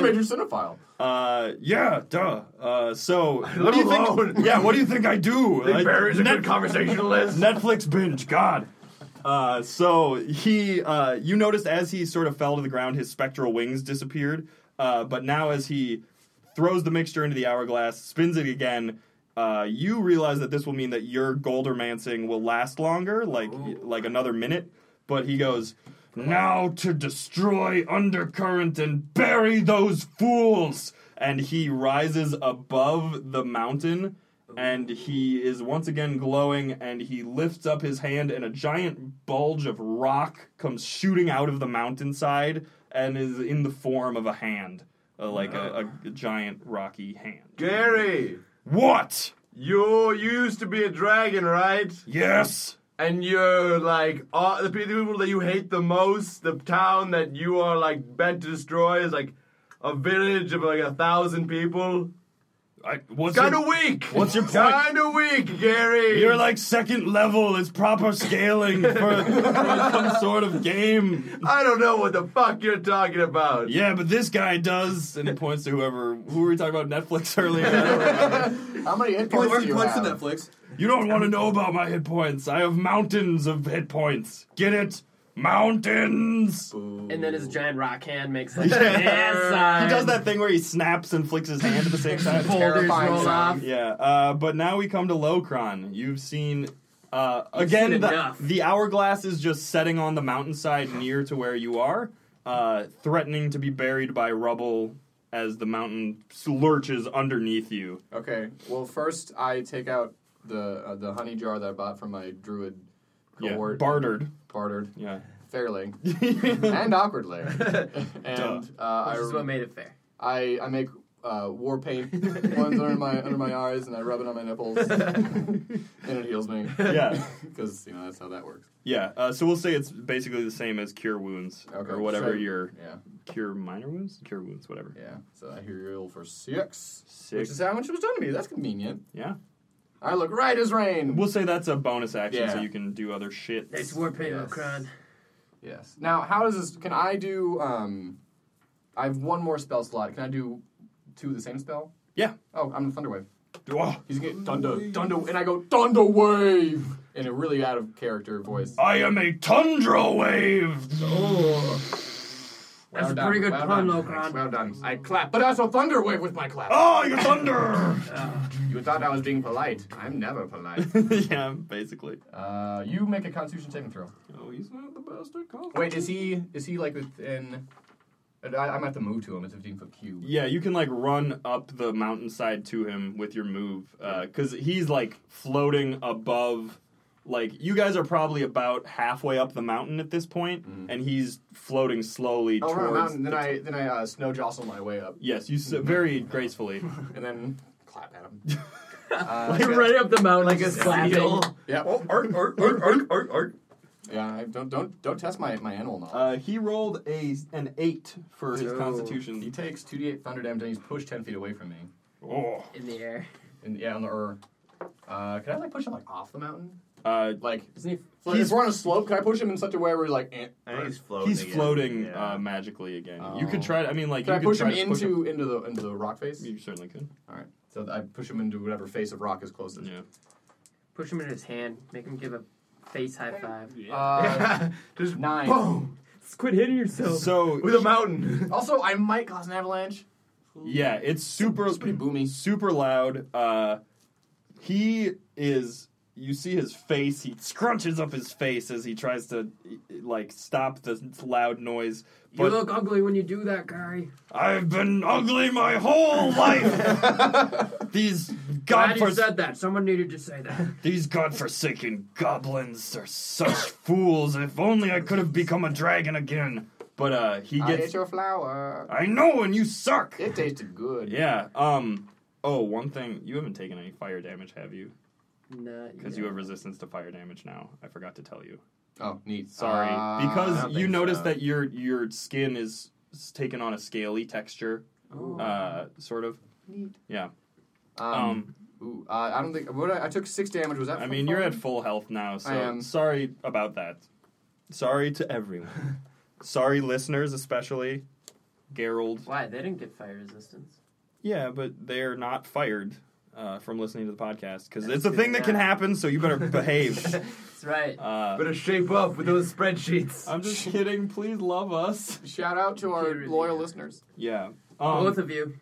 B: major cinephile.
A: Uh, yeah, duh. Uh, so, what do you
D: alone.
A: think? Yeah, what do you think I do?
D: Big
A: I-
D: Barry's a
A: Net-
D: good conversationalist.
A: Netflix binge, God. Uh, so he, uh, you noticed as he sort of fell to the ground, his spectral wings disappeared. Uh, but now, as he throws the mixture into the hourglass, spins it again, uh, you realize that this will mean that your goldermancing will last longer, like like another minute. But he goes now to destroy undercurrent and bury those fools, and he rises above the mountain and he is once again glowing and he lifts up his hand and a giant bulge of rock comes shooting out of the mountainside and is in the form of a hand uh, like a, a, a giant rocky hand
D: Gary,
A: what
D: you used to be a dragon, right?
A: yes
D: And you're like all the people that you hate the most, the town that you are like bent to destroy is like a village of like a thousand people.
A: I, what's
D: Kind
A: your,
D: of weak.
A: what's your point?
D: Kind of weak, Gary.
A: you're like second level it's proper scaling for, for some sort of game
D: I don't know what the fuck you're talking about.
A: yeah but this guy does and he points to whoever who were we talking about netflix earlier I don't remember.
B: How many hit points do you
H: What's the
B: have?
H: Netflix?
A: You don't want to know about my hit points. I have mountains of hit points. Get it? Mountains.
C: And then his giant rock hand
A: (laughs)
C: makes like yes, sign.
A: He does that thing where he snaps and flicks his hand at the same time.
C: Boulders
B: Terrifying
C: roll
B: sound.
C: off.
A: yeah. Uh, but now we come to Locron. You've seen. Uh, again,
C: seen
A: the,
C: enough.
A: the hourglass is just setting on the mountainside near to where you are, uh, threatening to be buried by rubble as the mountain lurches underneath you.
B: Okay. Well, first I take out the uh, the honey jar that I bought from my druid
A: Yeah,
B: cohort,
A: bartered.
B: bartered
A: Yeah. (laughs)
B: (laughs) fairly and (laughs) awkwardly, and uh, I,
C: Which is what made it fair.
B: I I make uh, war (laughs) paint ones under my under my eyes, and I rub it on my (laughs) nipples, and it heals me. (laughs)
A: yeah.
B: because you know that's how that works.
A: Yeah, uh, so we'll say it's basically the same as cure wounds
B: Okay,
A: or whatever
B: so-
A: your
B: Yeah,
A: cure minor wounds, cure wounds, whatever.
B: yeah. So I heal for six,
A: Six.
B: which is how much was done to me. That's convenient.
A: yeah.
B: I look right as rain.
A: We'll say that's a bonus action, so
B: Yeah.
A: you can do other shit.
C: Nice work, Pedro
B: Yes.
C: Kron.
B: Yes. Now, how does this? Can I do? Um, I have one more spell slot. Can I do two of the same spell?
A: Yeah.
B: Oh, I'm the Thunder Wave.
A: Oh,
B: He's gonna Thunder, Thunder, and I go Thunder Wave in a really out of character voice.
A: I am a tundra wave.
B: Well
A: Oh.
C: That's a
B: done,
C: pretty good
B: well
C: pun,
B: done.
C: Lokron.
B: Well done. I clap, but also Thunder Wave with my clap.
A: Oh, you thunder. (laughs)
B: You thought I was being polite. I'm never polite.
A: yeah, basically.
B: uh, you make a Constitution saving throw.
A: Oh, he's not the best at
B: Wait, is he? Is he like within? I, I'm at the move to him. It's a 15 foot cube.
A: Yeah, you can like run up the mountainside to him with your move, because he's like floating above. Like you guys are probably about halfway up the mountain at this point,
G: Mm-hmm.
A: and he's floating slowly
B: I'll run
A: towards.
B: around, and then I then I uh, snow jostle my way up,
A: Yes, you s-
B: Mm-hmm.
A: very
B: (laughs)
A: gracefully.
B: and then clap at him.
A: (laughs)
B: Uh,
A: Like,
B: yeah.
C: Right up the mountain, like a
F: Seal.
B: yeah.
A: Oh.
D: Art, art, art, art, art, art.
B: Yeah, I don't don't don't test my, my animal knowledge.
A: Uh, he rolled a an eight for his
B: So, He
A: constitution.
B: takes two d8 thunder damage, and he's pushed ten feet away from me.
A: Oh.
C: in the air.
B: And yeah, on the er. Uh, can I like push him like off the mountain?
A: Uh,
B: Like,
C: Isn't he?
B: so if we're on a slope. Can I push him in such a way where he's like? Eh.
G: I think he's floating.
A: he's
G: again.
A: floating
G: Yeah.
A: uh, magically again.
B: Oh.
A: You could try. to- I mean, like
B: Can
A: you
B: I
A: could
B: push him
A: try to
B: into
A: push him-
B: into the into the rock face?
A: You certainly could.
B: All right. So I push him into whatever face of rock is closest.
A: Yeah.
C: Push him in his hand. Make him give a face high five.
B: Uh,
A: (laughs)
D: Just
B: Nine.
D: boom
C: Quit hitting yourself.
A: So
D: with a mountain. (laughs)
B: also, I might cause an avalanche.
A: Yeah, it's super
B: It's pretty boomy.
A: super loud. Uh, he is. You see his face. He scrunches up his face as he tries to like stop the loud noise.
C: you
A: But
C: look ugly when you do that, Gary.
A: I've been ugly my whole life.
C: (laughs)
A: these
C: Glad you
A: godfors-
C: said that. Someone needed to
A: (laughs)
C: say that.
A: these godforsaken goblins are such fools. If only I could have become a dragon again. But uh, he
B: I ate
A: gets.
B: your flower.
A: I know, and you suck.
B: It tasted good.
A: Yeah. Um. Oh, one thing. You haven't taken any fire damage, have you?
C: Nah,
A: Because
C: yeah.
A: you have resistance to fire damage now. I forgot to tell you.
B: Oh, neat.
A: Sorry,
B: Uh, I
A: because
B: don't
A: you
B: think
A: notice
B: so.
A: that your your skin is s- taken on a scaly texture, uh, sort of. Yeah.
B: Um,
A: Um.
B: ooh, uh, I don't think. What I, I took six damage. Was that?
A: I
B: from
A: mean, you're
B: fire?
A: at full health now, so
B: I am.
A: sorry about that. Sorry to
B: (laughs)
A: everyone. sorry, listeners, especially Gerald.
C: Why they didn't get fire resistance?
A: Yeah, but they're not fired. Uh, from listening to the podcast because
C: That's
A: it's a
C: good.
A: thing that can
C: Yeah.
A: happen, so you
B: (laughs)
A: better behave.
C: That's right.
A: Uh,
D: Better shape up with those spreadsheets.
A: I'm just kidding. Please love us.
B: Shout out to our
C: Peter,
B: loyal
C: yeah.
B: listeners.
A: Yeah.
C: Both
A: Um,
C: of you.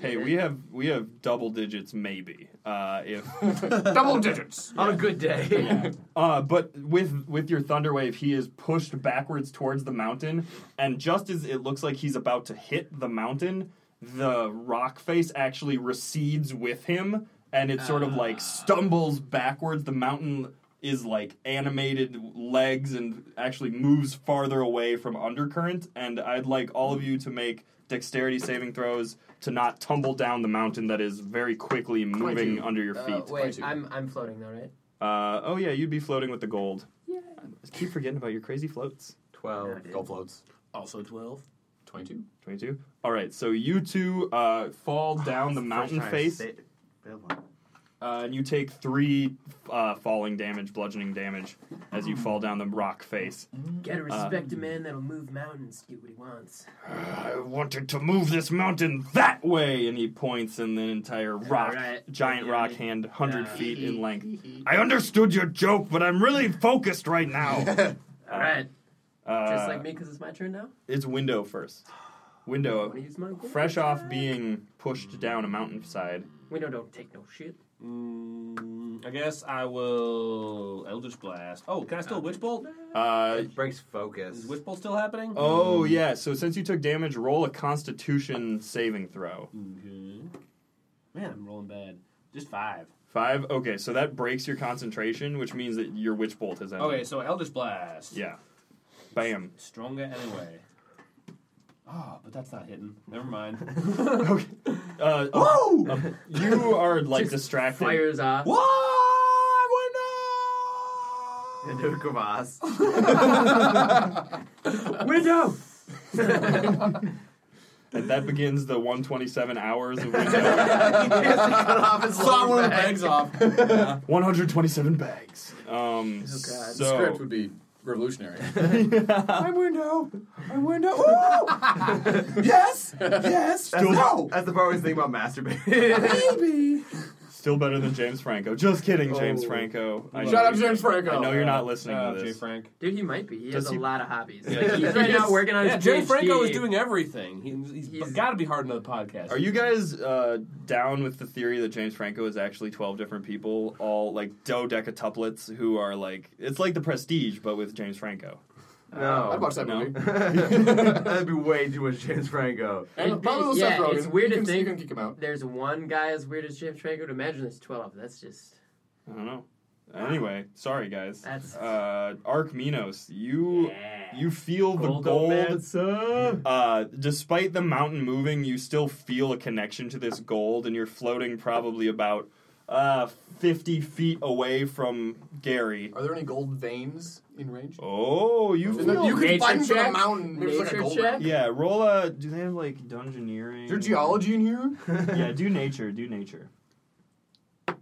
A: hey, we have we have double digits maybe. Uh, if
B: Double digits.
D: On a good day.
E: (laughs)
A: uh, but with with your thunder wave, he is pushed backwards towards the mountain, and just as it looks like he's about to hit the mountain, the rock face actually recedes with him, and it sort of like stumbles backwards. The mountain is like animated legs and actually moves farther away from undercurrent. And I'd like all of you to make dexterity saving throws to not tumble down the mountain that is very quickly moving
B: Twenty.
A: under your feet.
C: Uh, wait,
B: you.
C: I'm I'm floating though, right?
A: Uh, oh yeah, you'd be floating with the gold. I keep forgetting about your crazy floats.
D: Twelve.
B: Go floats.
F: Also 12.
B: Twenty-two.
A: Twenty-two. All right, so you two uh, fall down the mountain
G: First time I
A: face,
G: sit- Build one.
A: uh, and you take three uh, falling damage, bludgeoning damage, as you fall down the rock face. Uh,
C: Gotta respect a man that'll move mountains, do what he wants.
A: I wanted to move this mountain that way, and he points, and the entire rock,
C: right.
A: giant
C: Yeah.
A: rock hand, hundred
C: Yeah.
A: feet in length. I understood your joke, but I'm really focused right now.
C: All right,
A: Uh,
C: just like me, because it's my turn now.
A: It's window first. Window.
C: Want to use my gold
A: fresh off
C: attack?
A: being pushed down a mountainside.
C: We don't don't take no shit.
F: Mm, I guess I will Eldritch Blast. Oh, can I still Witch Bolt?
A: Uh,
G: It breaks focus.
F: Is
D: (laughs)
F: Witch Bolt still happening?
A: oh yeah. So since you took damage, roll a Constitution saving throw.
F: Okay. Mm-hmm. Man, I'm rolling bad. Just five.
A: Five. Okay, so that breaks your concentration, which means that your witch bolt is out.
F: Okay, so Eldritch Blast.
A: Yeah. Bam.
F: Stronger anyway. Oh, but that's not hitting. Never (laughs) mind.
A: Okay. Uh,
E: Oh!
F: Whoa!
A: um, you are like
C: Just
A: distracted.
C: Fires off.
F: Why window?
G: Kvass.
A: Oh,
C: Window.
A: and that begins the 127 hours of
E: (laughs)
A: window.
B: (laughs)
G: cut off his
B: Saw
G: long
B: one of the
G: back.
B: bags (laughs) off.
A: 127 bags. Um,
E: Oh, God.
B: The script
A: so
B: would be (laughs) revolutionary.
E: My window! My window! Ooh! yes! Yes!
D: That's, the, that's the part where he's thinking about
G: (laughs)
D: masturbating.
E: Baby!
A: still better than James Franco. Just kidding, James
E: Oh.
A: Franco. I
B: Shut
A: know
B: up,
A: you-
B: James Franco.
A: I know you're not listening
E: Uh,
A: to
E: Jay
A: this.
E: Frank.
C: Dude, he might be. He has
A: Does
C: a
A: he-
C: lot of hobbies.
A: Yeah.
C: Like, he's
E: (laughs)
C: right now working on his
F: Yeah, Jay
C: PhD.
F: Franco is doing everything. He, he's
C: He's-
F: got to be hard on the podcast.
A: Are you guys uh, down with the theory that James Franco is actually 12 different people, all like dodecatuplets who are like, it's like the prestige, but with James Franco?
D: no.
B: Oh.
D: (laughs)
B: I'd watch that
A: No.
B: movie.
A: (laughs)
D: That'd be way too much James Franco.
B: And
C: It'd
B: probably
C: be-
B: with
C: yeah,
B: Seth Rogen.
C: it's weird
B: you
C: to
B: can,
C: think-
B: You can kick him out.
C: There's one guy as weird as James Franco. To imagine there's 12. That's just.
A: I don't know. Anyway, sorry guys.
C: That's-
A: Uh, Ark Minos, you
C: Yeah.
A: you feel the
C: Gold
A: gold. Uh, despite the mountain moving, you still feel a connection to this gold, and you're floating probably about uh, 50 feet away from Gary.
B: Are there any gold veins in range?
A: Oh, you
B: Isn't that-
A: feel
B: you can
C: Nature
B: find them on a
C: check?
B: mountain. Maybe it's like a
C: Nature
B: gold
C: check?
B: vein.
A: Yeah, roll a. Do they have like dungeoneering?
B: Is there geology in here?
A: (laughs) yeah, do nature. Do nature. Oh.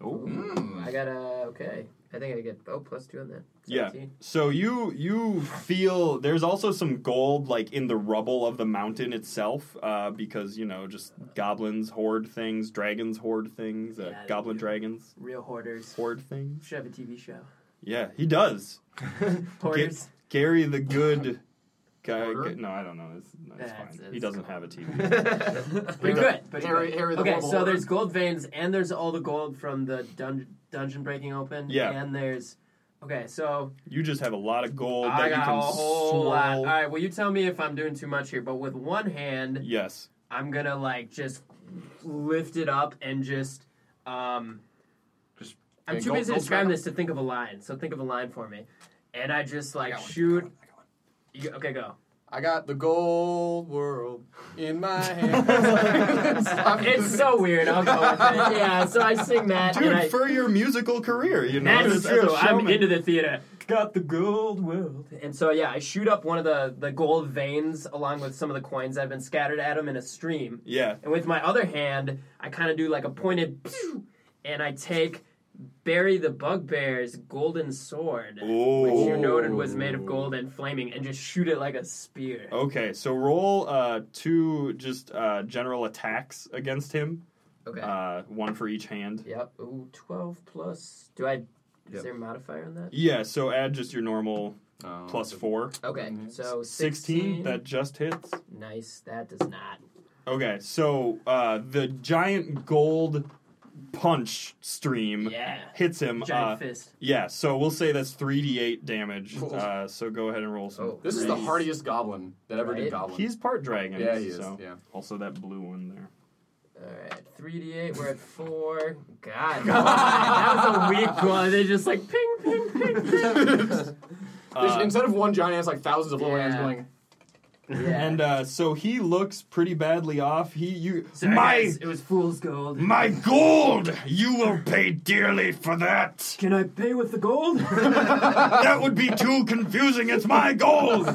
B: Hmm.
C: I got a. Okay. I think I get. Oh, plus two on that.
A: Yeah.
C: 17.
A: So you you feel there's also some gold like in the rubble of the mountain itself, uh, because you know just goblins hoard things, dragons hoard things, uh,
C: Yeah, they
A: goblin
C: do.
A: dragons
C: Real hoarders.
A: hoard things.
C: Should have a TV show.
A: Yeah, he does.
C: Hoarders.
A: Gary the good guy.
B: Hoarder?
A: no, I don't know. It's, no, it's
C: That's-
A: fine.
C: it's
A: He doesn't
C: cool.
A: have a TV.
C: Pretty good. Pretty
B: Harry-
C: good.
B: Harry the
C: okay,
B: Horrible
C: so
B: Hoarder.
C: there's gold veins, and there's all the gold from the dun- dungeon breaking open.
A: Yeah.
C: And there's. Okay, so
A: you just have a lot of gold
C: (laughs) I
A: that you
C: got
A: can
C: a whole
A: swirl.
C: lot. All right, well, you tell me if I'm doing too much here, but with one hand,
A: Yes.
C: I'm gonna like just lift it up and just. um
D: Just-
C: I'm
B: Okay,
C: too
B: go-
C: busy
B: go
C: describing
B: grab it.
C: this to think of a line, so think of a line for me. And I just
B: I
C: like
B: got one, I
C: shoot.
B: got one.
C: You, okay, (laughs) go.
B: I got the gold world in my hand. Stop it.
C: It's so weird. I'll go with it. Yeah, so I sing that.
A: Dude,
C: and I,
A: for your musical career, you know.
C: That's
A: as- as a
C: true. I'm
A: showman.
C: into the theater. Got the gold world. And so yeah, I shoot up one of the the gold veins along with some of the coins that have been scattered at him in a stream.
A: Yeah.
C: And with my other hand, I kind of do like a pointed pew, and I take Barry the Bugbear's golden sword, which you noted was made of gold and flaming, and just shoot it like a spear.
A: Okay, so roll uh, two just uh, general attacks against him.
C: Okay.
A: Uh, one for each hand.
C: yep. Ooh, 12 plus. Do I. Is
D: Yep.
C: there a modifier on that?
A: Yeah, so add just your normal plus four.
C: Okay, so
A: 16,
C: 16.
A: that just hits.
C: nice. That does not.
A: Okay, so uh, the giant gold punch stream
C: Yeah.
A: hits him.
C: Giant
A: uh,
C: fist.
A: yeah, so we'll say that's 3d8 damage.
B: Cool.
A: Uh, so go ahead and roll some.
C: Oh.
B: This is the
C: Nice.
B: hardiest goblin that ever did
C: Right?
B: goblin.
A: He's part dragon.
B: yeah, he is.
A: so-
B: Yeah.
A: Also that blue one there.
C: Alright, 3d8, we're at 4. God, (laughs) that was a weak one. They just like ping, ping, ping, ping.
B: There's-
A: Uh,
B: Instead of one giant ants, like thousands of little
C: Yeah.
B: ants going.
C: (laughs) Yeah.
A: And uh, so he looks pretty badly off. He you
C: so
A: my
C: guys, it was fool's gold.
A: my gold. You
C: (laughs)
A: will pay dearly for that.
C: Can I pay with the gold?
A: That would be too confusing. It's my gold.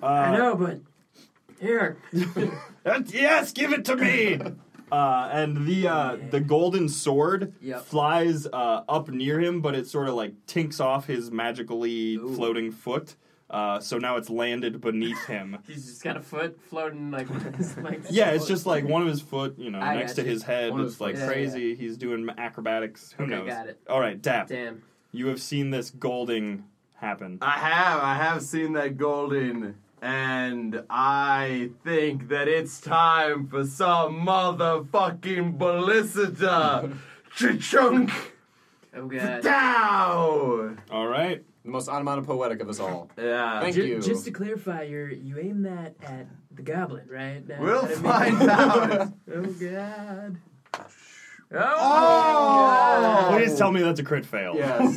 C: I know, but here.
A: That- yes, give it to
C: (laughs)
A: me. Uh, and the uh, the golden sword
C: Yep.
A: flies uh, up near him, but it sort of like tinks off his magically floating foot. Uh, so now it's landed beneath him.
C: (laughs) He's just got a foot floating like. (laughs) his legs.
A: Yeah, it's just like one of his foot, you know,
C: I
A: next
C: got
A: to
C: you.
A: his head.
B: One of
A: It's
B: his
A: like
C: foot. Yeah,
A: crazy. He's doing acrobatics. Who
C: Okay,
A: knows?
C: got it.
A: All right, Dap.
C: Damn.
A: You have seen this golding happen.
D: (laughs) I have, I have seen that golden, and I think that it's time for some motherfucking ballicita. Cha-chunk!
C: Oh, God.
D: Dow!
A: All right.
B: The most onomatopoetic of us all.
D: Yeah.
B: Thank
C: Ju-
B: you. (laughs)
C: Just to clarify, you you aim that at the goblin, right? That-
D: We'll
C: that I mean- (laughs)
D: find out.
C: Oh God! Oh,
D: Oh!
A: Please tell me that's a crit fail.
B: Yes.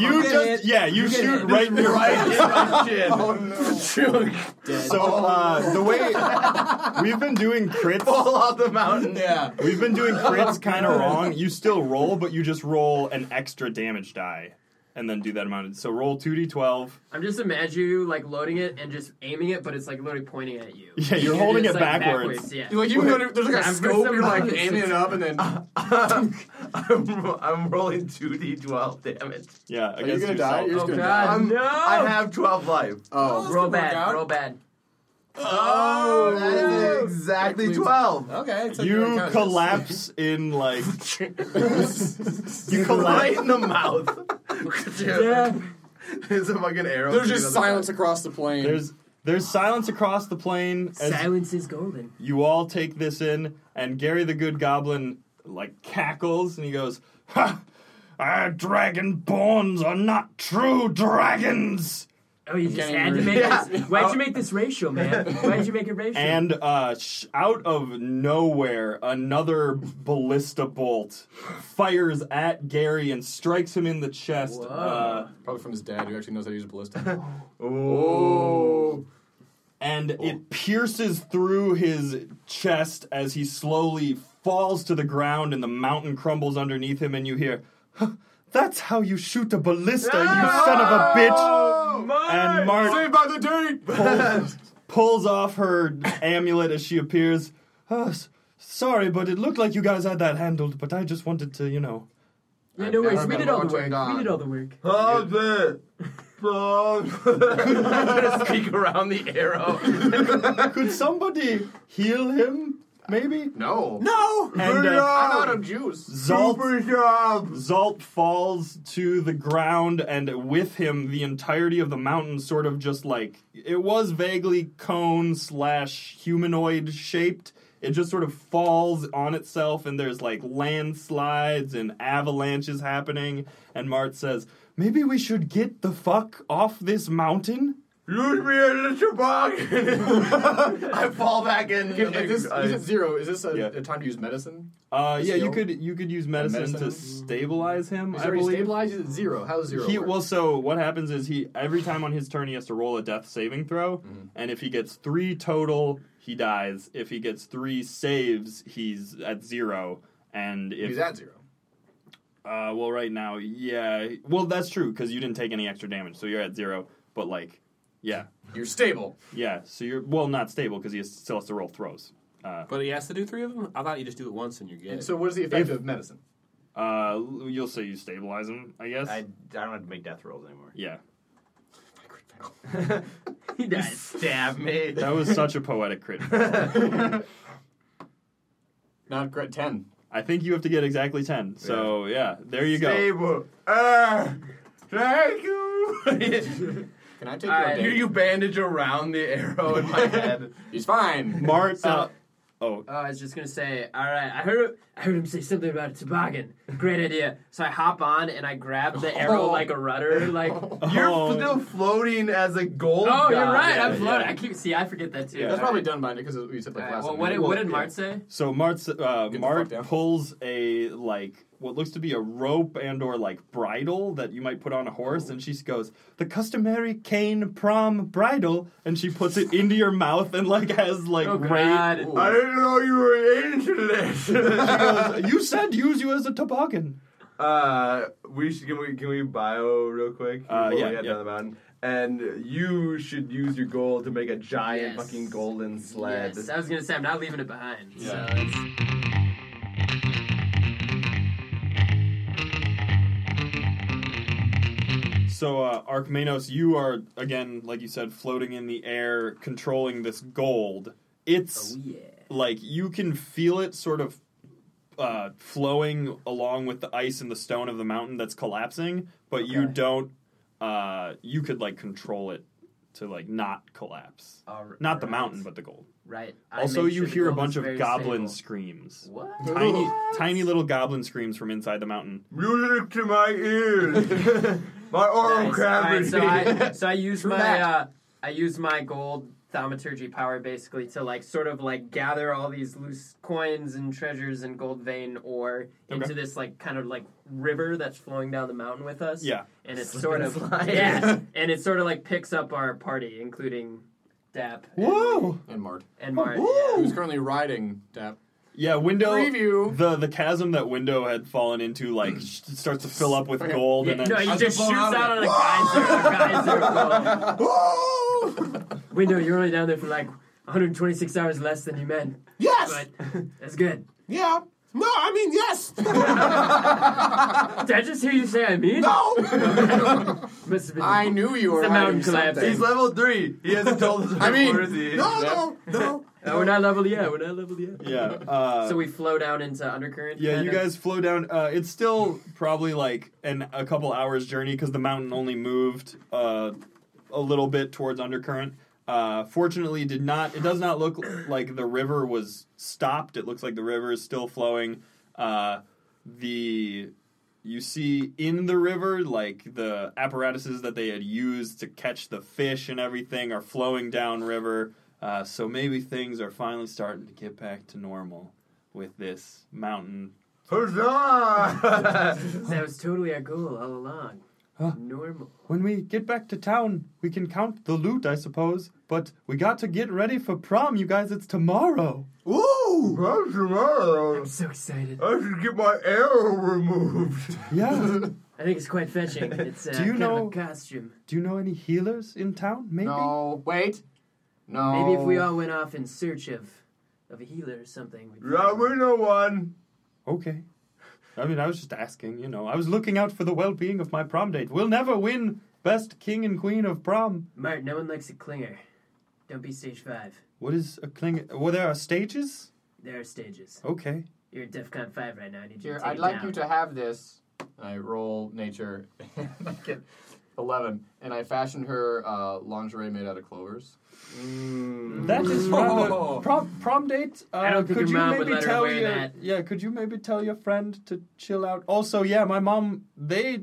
A: You just yeah, you, shoot right in your right. (laughs)
D: Chin. Cha-chunk!
A: so uh, the way we've been doing crits,
D: Fall off the mountain.
B: yeah.
A: we've been doing crits kind of wrong. You still roll, but you just roll an extra damage die. and then do that amount. Of, so roll two d twelve.
C: I'm just imagine you like loading it and just aiming it, but it's like literally pointing at you.
A: Yeah, you're holding
C: just,
A: it
C: like,
A: backwards.
C: Yeah.
B: Like you can go to, there's like a
C: I'm
B: scope.
C: for
B: You're like
C: some reason-
B: aiming it up, and then
D: (laughs) I'm, I'm rolling 2d12, damn it.
A: Yeah,
B: are you
A: against
B: gonna
A: yourself.
B: die? You're just
C: Oh,
B: gonna
C: God.
B: die.
D: I'm,
C: no!
D: I have 12 life.
B: Oh,
C: Roll bad. Roll bad.
D: Oh, that is exactly
B: That cleans-
D: 12.
E: Okay,
B: (laughs)
E: it's
A: You collapse in like you
D: (laughs) Right
A: collapse.
D: in the mouth.
C: Yeah.
D: There's a fucking arrow.
B: There's
D: through
B: just
D: the other
B: silence across the plane.
A: There's there's silence across the plane as
C: Silence is golden.
A: you all take this in, and Gary the Good Goblin like cackles and he goes, "Ha! Our dragonborns are not true dragons."
C: Oh, you just
B: getting
C: had to
B: rude.
C: make
D: Yeah.
C: this. Why'd you make this
A: (laughs)
C: racial, man? Why'd you make it racial?
A: And uh, sh- out of nowhere, another ballista bolt fires at Gary and strikes him in the chest.
C: Whoa.
A: Uh,
B: Probably from his dad, who actually knows how to use a ballista. (laughs)
D: Oh.
A: and it pierces through his chest as he slowly falls to the ground and the mountain crumbles underneath him and you hear "Huh, that's how you shoot a ballista you son of a bitch and mark
B: Saved by the date.
A: pulls, pulls off her amulet as she appears "Oh, s- sorry but it looked like you guys had that handled but i just wanted to you know
C: yeah, no worries.
B: I've never
C: We did
B: been
C: all the work.
B: turned on.
C: We did all the work.
D: Hold it. Hold it. I'm gonna sneak around the arrow.
A: (laughs) could somebody heal him maybe
B: No.
D: No!
A: And, uh,
B: I'm out of juice.
D: (laughs)
A: Zalt
D: Super job!
A: Zalt falls to the ground, and with him, the entirety of the mountain sort of just like it was vaguely cone slash humanoid shaped. It just sort of falls on itself, and there's like landslides and avalanches happening. And Mart says, Maybe we should get the fuck off this mountain?
D: Lose me a little (laughs) bargain! I fall back in.
B: Is this,
D: I-
B: is it zero? Is this a,
A: Yeah.
B: a time to use medicine?
A: Uh, yeah, you
B: Heal?
A: could you could use medicine,
B: medicine?
A: to stabilize him.
B: Is
A: I
B: there
A: believe.
B: stabilize? Is it zero? How's zero?
A: He
B: work?
A: well, so what happens is he every time on his turn he has to roll a death saving throw, and if he gets three total, he dies. If he gets three saves, he's at zero. And if
B: He's at zero.
A: uh, well, right now, yeah, well, that's true because you didn't take any extra damage, so you're at zero. But like, yeah,
B: You're stable.
A: yeah, so you're well not stable because he has- still has to roll throws.
F: But he has to do three of them? I thought you just do it once and you're good.
B: And so, what is the effect of medicine?
A: Uh, you'll say you stabilize him, I guess.
G: I, I don't have to make death rolls anymore.
A: yeah,
C: He dies.
G: Stab me.
A: that was such a poetic crit.
B: Not great. Ten.
A: I think you have to get exactly ten. So yeah, there you go.
D: Stable. Uh,
G: (laughs)
D: thank you.
B: Can I take
C: All
B: your
C: right.
D: you.
B: date? (laughs)
D: You bandage around the arrow in
G: (laughs)
D: my head.
B: He's (laughs) fine.
A: Mart.
C: So-
A: uh, oh,
C: Oh, I was just gonna say. All right, I heard I heard him say something about a toboggan. Great idea. So I hop on and I
A: (laughs)
C: grab the arrow
B: Oh.
C: like a rudder. Like, oh,
D: You're
A: Oh.
D: still floating as a gold.
G: Oh,
C: you're
D: god.
C: right. I'm
A: yeah,
C: floating.
A: yeah.
C: I keep see. I forget that too.
A: Yeah.
B: That's probably done by it because we said
C: All
B: like
C: right,
B: last.
C: Uh, well,
B: time.
C: what did,
B: Well,
C: what did
B: yeah.
C: Mart say?
A: So Mart's uh,
B: the
A: Mart
B: fuck down.
A: pulls a like what looks to be a rope and or like bridle that you might put on a horse, and she goes the customary cane prom bridle, and she puts it into your mouth and like has like
C: Oh
A: ray- (laughs)
C: God!
D: I didn't know you were into
G: (laughs)
D: this.
A: goes, you said use you as a toboggan.
D: uh, we should can we can we bio real quick
A: Uh,
D: before
A: yeah,
D: we head
A: yeah.
D: down the mountain. And you should use your gold to make a giant
C: Yes.
D: fucking golden sled.
C: Yes, I was gonna say I'm not leaving it behind. So it's-
A: So uh, Archmanos, you are again like you said floating in the air, controlling this gold. It's
C: oh yeah.
A: like you can feel it sort of uh, flowing along with the ice and the stone of the mountain that's collapsing, but you
C: Okay.
A: don't. Uh, you could like control it to like not collapse.
C: All r-
A: Not the
C: right.
A: mountain, but the gold.
C: Right. I
A: Also,
C: made
A: you
C: sure the
A: hear a
C: gold
A: bunch
C: is
A: of
C: very
A: goblin
C: stable.
A: screams.
C: What?
A: Tiny, tiny little goblin screams from inside the mountain.
D: Music to my
C: (laughs)
D: ears. my oral
C: Nice.
D: cavity.
C: Alright, so I so I use
B: True
C: my
B: that.
C: uh, I use my gold thaumaturgy power basically to like sort of like gather all these loose coins and treasures and gold vein ore into
A: Okay.
C: this like kind of like river that's flowing down the mountain with us.
A: Yeah.
C: And it's sort of (laughs)
D: slide.
C: yeah, and it sort of like picks up our party, including Dap and-
A: Whoa!
B: And Mart,
C: and Mart.
A: Whoa!
B: who's currently riding Dap.
A: Yeah, window.
B: (laughs) Preview.
A: The the chasm that window had fallen into like sh- starts to fill up with
B: Okay.
A: gold,
C: Mm. Yeah,
A: and then
C: no, he
F: I've
C: just
F: blown
C: shoots
F: out
C: out,
F: of
C: on a geyser.
B: (laughs)
C: a geyser of gold. Wait, no, you're only down there for like 126 hours less than you meant.
F: Yes.
C: But that's good.
F: Yeah. No, I mean
B: (laughs)
F: yes.
C: Did I just hear you say I mean?
F: no.
C: Must have been.
B: I knew you were
C: It's a
B: hiding
C: mountain collapse.
B: something.
D: He's level three.
C: (laughs)
D: He hasn't told us
B: I mean,
D: where is he.
F: no, no, no.
C: No, we're not leveled yet. We're not leveled yet.
A: yeah. Uh,
C: So we flow down into undercurrent.
A: yeah,
C: kind
A: you
C: of?
A: guys flow down. Uh, it's still probably like an a couple hours journey because the mountain only moved uh, a little bit towards undercurrent. Uh, fortunately, did not. It does not look like the river was stopped. It looks like the river is still flowing. Uh, the you see in the river like the apparatuses that they had used to catch the fish and everything are flowing down river. Uh, so maybe things are finally starting to get back to normal with this mountain
C: (laughs)
D: Huzzah!
C: That was totally our goal all along.
A: Huh.
C: Normal.
A: When we get back to town, we can count the loot, I suppose. But we got to get ready for prom, you guys. It's tomorrow.
D: Ooh! That's tomorrow.
C: I'm so excited.
D: I should get my arrow removed. (laughs)
A: (laughs) Yeah.
C: I think it's quite
A: (laughs)
C: fetching. It's uh,
A: Do you
C: kind
A: know-
C: of a costume.
A: Do you know any healers in town? Maybe.
B: No, wait. No.
C: Maybe if we
A: Oh.
C: all went off in search of of a healer or something. we'd-
D: yeah, we know one.
A: Okay. I mean, I was just asking. You know, I was looking out for the well-being of my prom date. We'll never win best king and queen of prom.
C: Mart, no one likes a clinger. Don't be stage five.
A: What is a cling? Well, there are stages.
C: There are stages.
A: Okay.
C: You're at DEFCON five right now. I need you
B: Here,
C: to take
B: I'd
C: it
B: like
C: down.
B: you to have this. I roll nature. (laughs) and I get 11. And I fashioned her uh, lingerie made out of clovers.
A: That
C: (laughs)
A: is rather prom, prom date. Uh,
C: I don't think
A: could
C: your
A: you
C: mom
A: maybe
C: would let her
A: tell
C: wear
A: your,
C: that.
A: Yeah, could you maybe tell your friend to chill out? Also, yeah, my mom they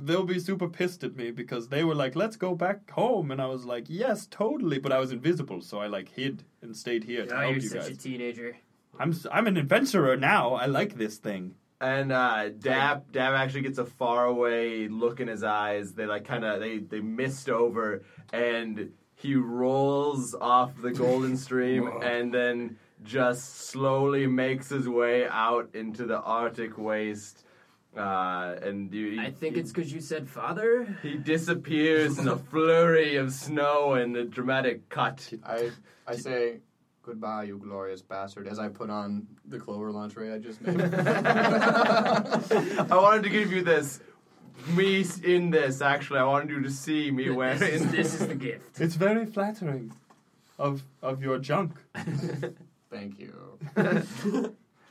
A: they'll be super pissed at me because they were like, "Let's go back home," and I was like, "Yes, totally," but I was invisible, so I like hid and stayed here to
C: Oh,
A: help
C: you're
A: you
C: such a
A: guys.
C: teenager.
A: I'm s- I'm an adventurer now. I like this thing.
D: And uh, Dap Dap actually gets a faraway look in his eyes. They like kind of they they mist over, and he rolls off the golden stream, and then just slowly makes his way out into the Arctic waste. Uh, and you,
C: I think
D: you-
C: it's because you said father.
D: He disappears in a flurry of snow and a dramatic cut.
B: I, I say, goodbye, you glorious bastard, as I put on the clover lingerie I just
C: (laughs)
B: made. (laughs) Oh,
D: I wanted to give you this. Me s- in this, actually. I wanted you to see me
C: This is,
D: wearing this.
C: this is the gift.
A: It's very flattering, of of your junk.
B: Thank
C: (laughs)
B: you.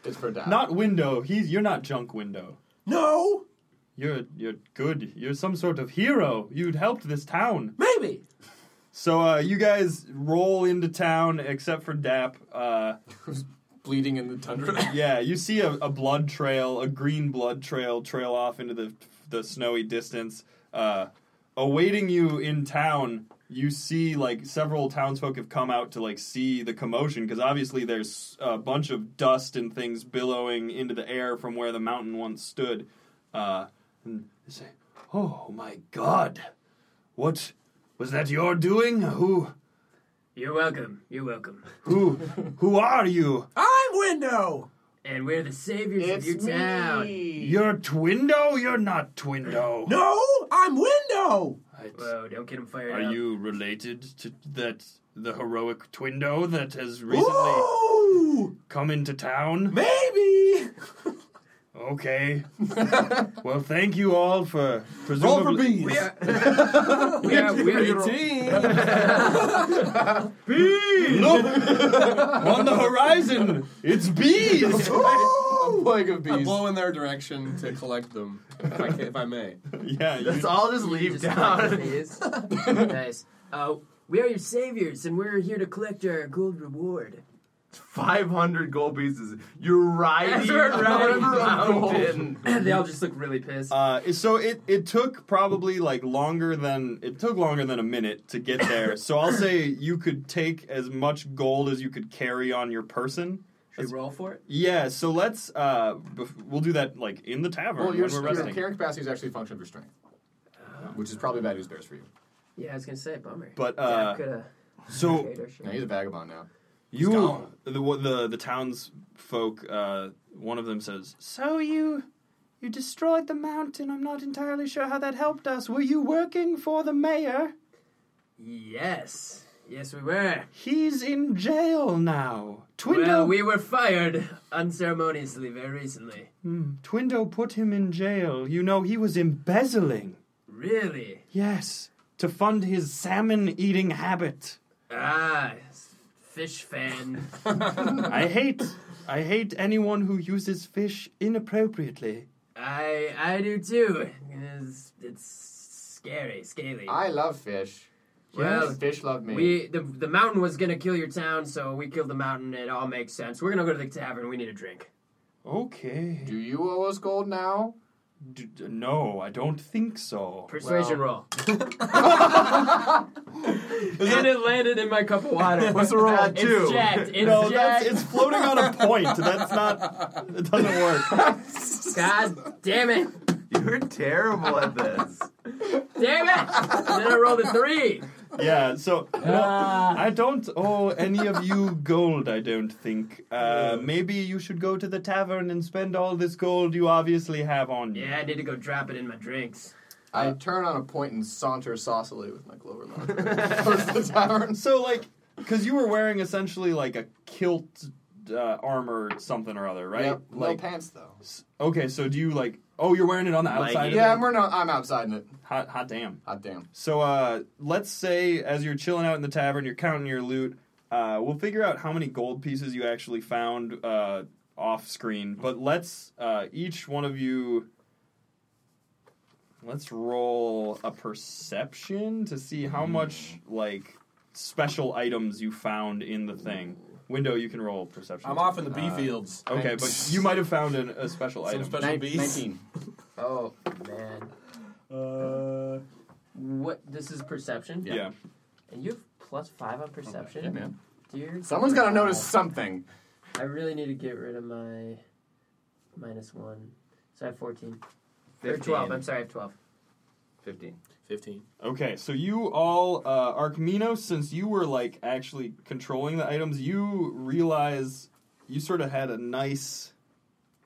B: it's for Dad.
A: Not window. He's you're not junk window.
F: No.
A: You're you're good. You're some sort of hero. You'd helped this town.
F: Maybe.
A: So uh, you guys roll into town, except for Dap. Uh,
B: bleeding in the tundra.
A: yeah, you see a, a blood trail, a green blood trail, trail off into the the snowy distance. Uh, awaiting you in town, you see like several townsfolk have come out to like see the commotion because obviously there's a bunch of dust and things billowing into the air from where the mountain once stood. Uh, and they say, "Oh my God, what was that? Your doing? Who?"
C: You're welcome. You're welcome.
A: Who who are you?
F: I'm window.
C: And we're the saviors of
B: it's
C: your
B: (laughs)
C: town.
B: me.
A: You're Twindo? You're not Twindo.
F: No, I'm window.
C: Whoa! Don't get him fired
A: Are
C: up.
A: you related to that the heroic Twindo that has recently
F: Ooh,
A: come into town?
F: maybe.
A: (laughs) Okay. well, thank you all for
F: Roll for
A: presumably
F: bees.
A: (laughs)
C: We are, we are,
A: Look on the horizon. It's bees.
B: Oh, A plague of
E: I
B: bees.
E: blow in their direction to collect them, if I, can, if I may.
A: yeah, you,
D: Let's all just leave
C: Just (laughs)
D: down.
C: like it is. nice. Uh, we are your saviors, and we're here to collect our gold reward.
D: 500 gold pieces. You're riding
C: As we're
D: around
C: riding
D: the
C: around.
D: mountain.
C: (clears throat) they all just look really pissed.
A: (laughs) Uh, so it, it took probably like longer than it took longer than a minute to get there. so I'll say you could take as much gold as you could carry on your person.
C: Should we roll for it?
A: Yeah. So let's uh, bef- we'll do that like in the tavern
B: well, your,
A: when we're
B: your
A: resting.
B: carrying capacity is actually a function of your strength, which is probably bad news bears for you.
C: Yeah, I was gonna say bummer.
A: But
C: yeah,
A: uh,
C: coulda
A: so
C: carried our shit.
B: Now he's a vagabond now.
A: You, the, wha- the the townsfolk, uh, one of them says, "So you, you destroyed the mountain. I'm not entirely sure how that helped us. Were you working for the mayor?
C: Yes. Yes, we were.
A: He's in jail now. Twindo,
C: Well, we were fired unceremoniously very recently.
A: Hmm, Twindo put him in jail. You know he was embezzling.
C: Really?
A: Yes, to fund his salmon eating habit. (laughs)
C: Ah, s- fish fan.
A: I hate, I hate anyone who uses fish inappropriately.
C: I I do too. It's, it's scary, scaly.
B: I love fish.
C: Well,
B: Yes, fish love me.
C: we the the mountain was gonna kill your town, so we killed the mountain. It all makes sense. We're gonna go to the tavern. We need a drink.
A: Okay.
B: Do you owe us gold now?
A: D- d- no, I don't think so.
C: Persuasion roll. and it landed in my cup of water.
D: What's the roll?
C: It's jacked. It's
A: No, that's,
C: jacked.
A: it's floating on a point. That's not. It doesn't work.
C: God damn it!
D: (laughs) You're terrible at this.
C: Damn it! And then I rolled a three.
A: Yeah. So no, I don't owe any of you gold. I don't think. Uh, maybe you should go to the tavern and spend all this gold you obviously have on you.
C: Yeah, I need to go drop it in my drinks.
B: I
C: Uh,
B: turn on a point and saunter saucily with my clover
C: (laughs)
B: lock. Towards the tavern.
A: So like, because you were wearing essentially like a kilt uh, armor, something or other, right?
B: Yep, no
A: Like,
B: pants though.
A: s- okay. So do you like? Oh, you're wearing it on the outside. of
B: Yeah,
A: it?
B: I'm, wearing a- I'm outside in it.
A: Hot, hot damn.
B: Hot damn.
A: So uh, let's say as you're chilling out in the tavern, you're counting your loot. Uh, we'll figure out how many gold pieces you actually found uh, off screen. But let's uh, each one of you. Let's roll a perception to see how
F: Hmm.
A: much like special items you found in the thing. Window, you can roll perception.
F: I'm off in the B
E: Uh,
F: fields.
A: Okay, but you might have found an, a special
F: Some
A: item.
F: special
B: Nin-
F: bees.
H: (laughs)
B: Nineteen.
C: Oh man,
F: Uh,
C: what? This is perception,
A: yeah.
C: and you have plus five on perception,
B: Yeah, man.
C: dear.
B: Someone's gotta
C: God.
B: notice something.
C: I really need to get rid of my minus one. So I have fourteen. Or twelve. I'm sorry, I have twelve.
D: 15.
F: 15.
A: Okay, so you all, uh, Archminos, since you were like actually controlling the items, you realize you sort of had a nice.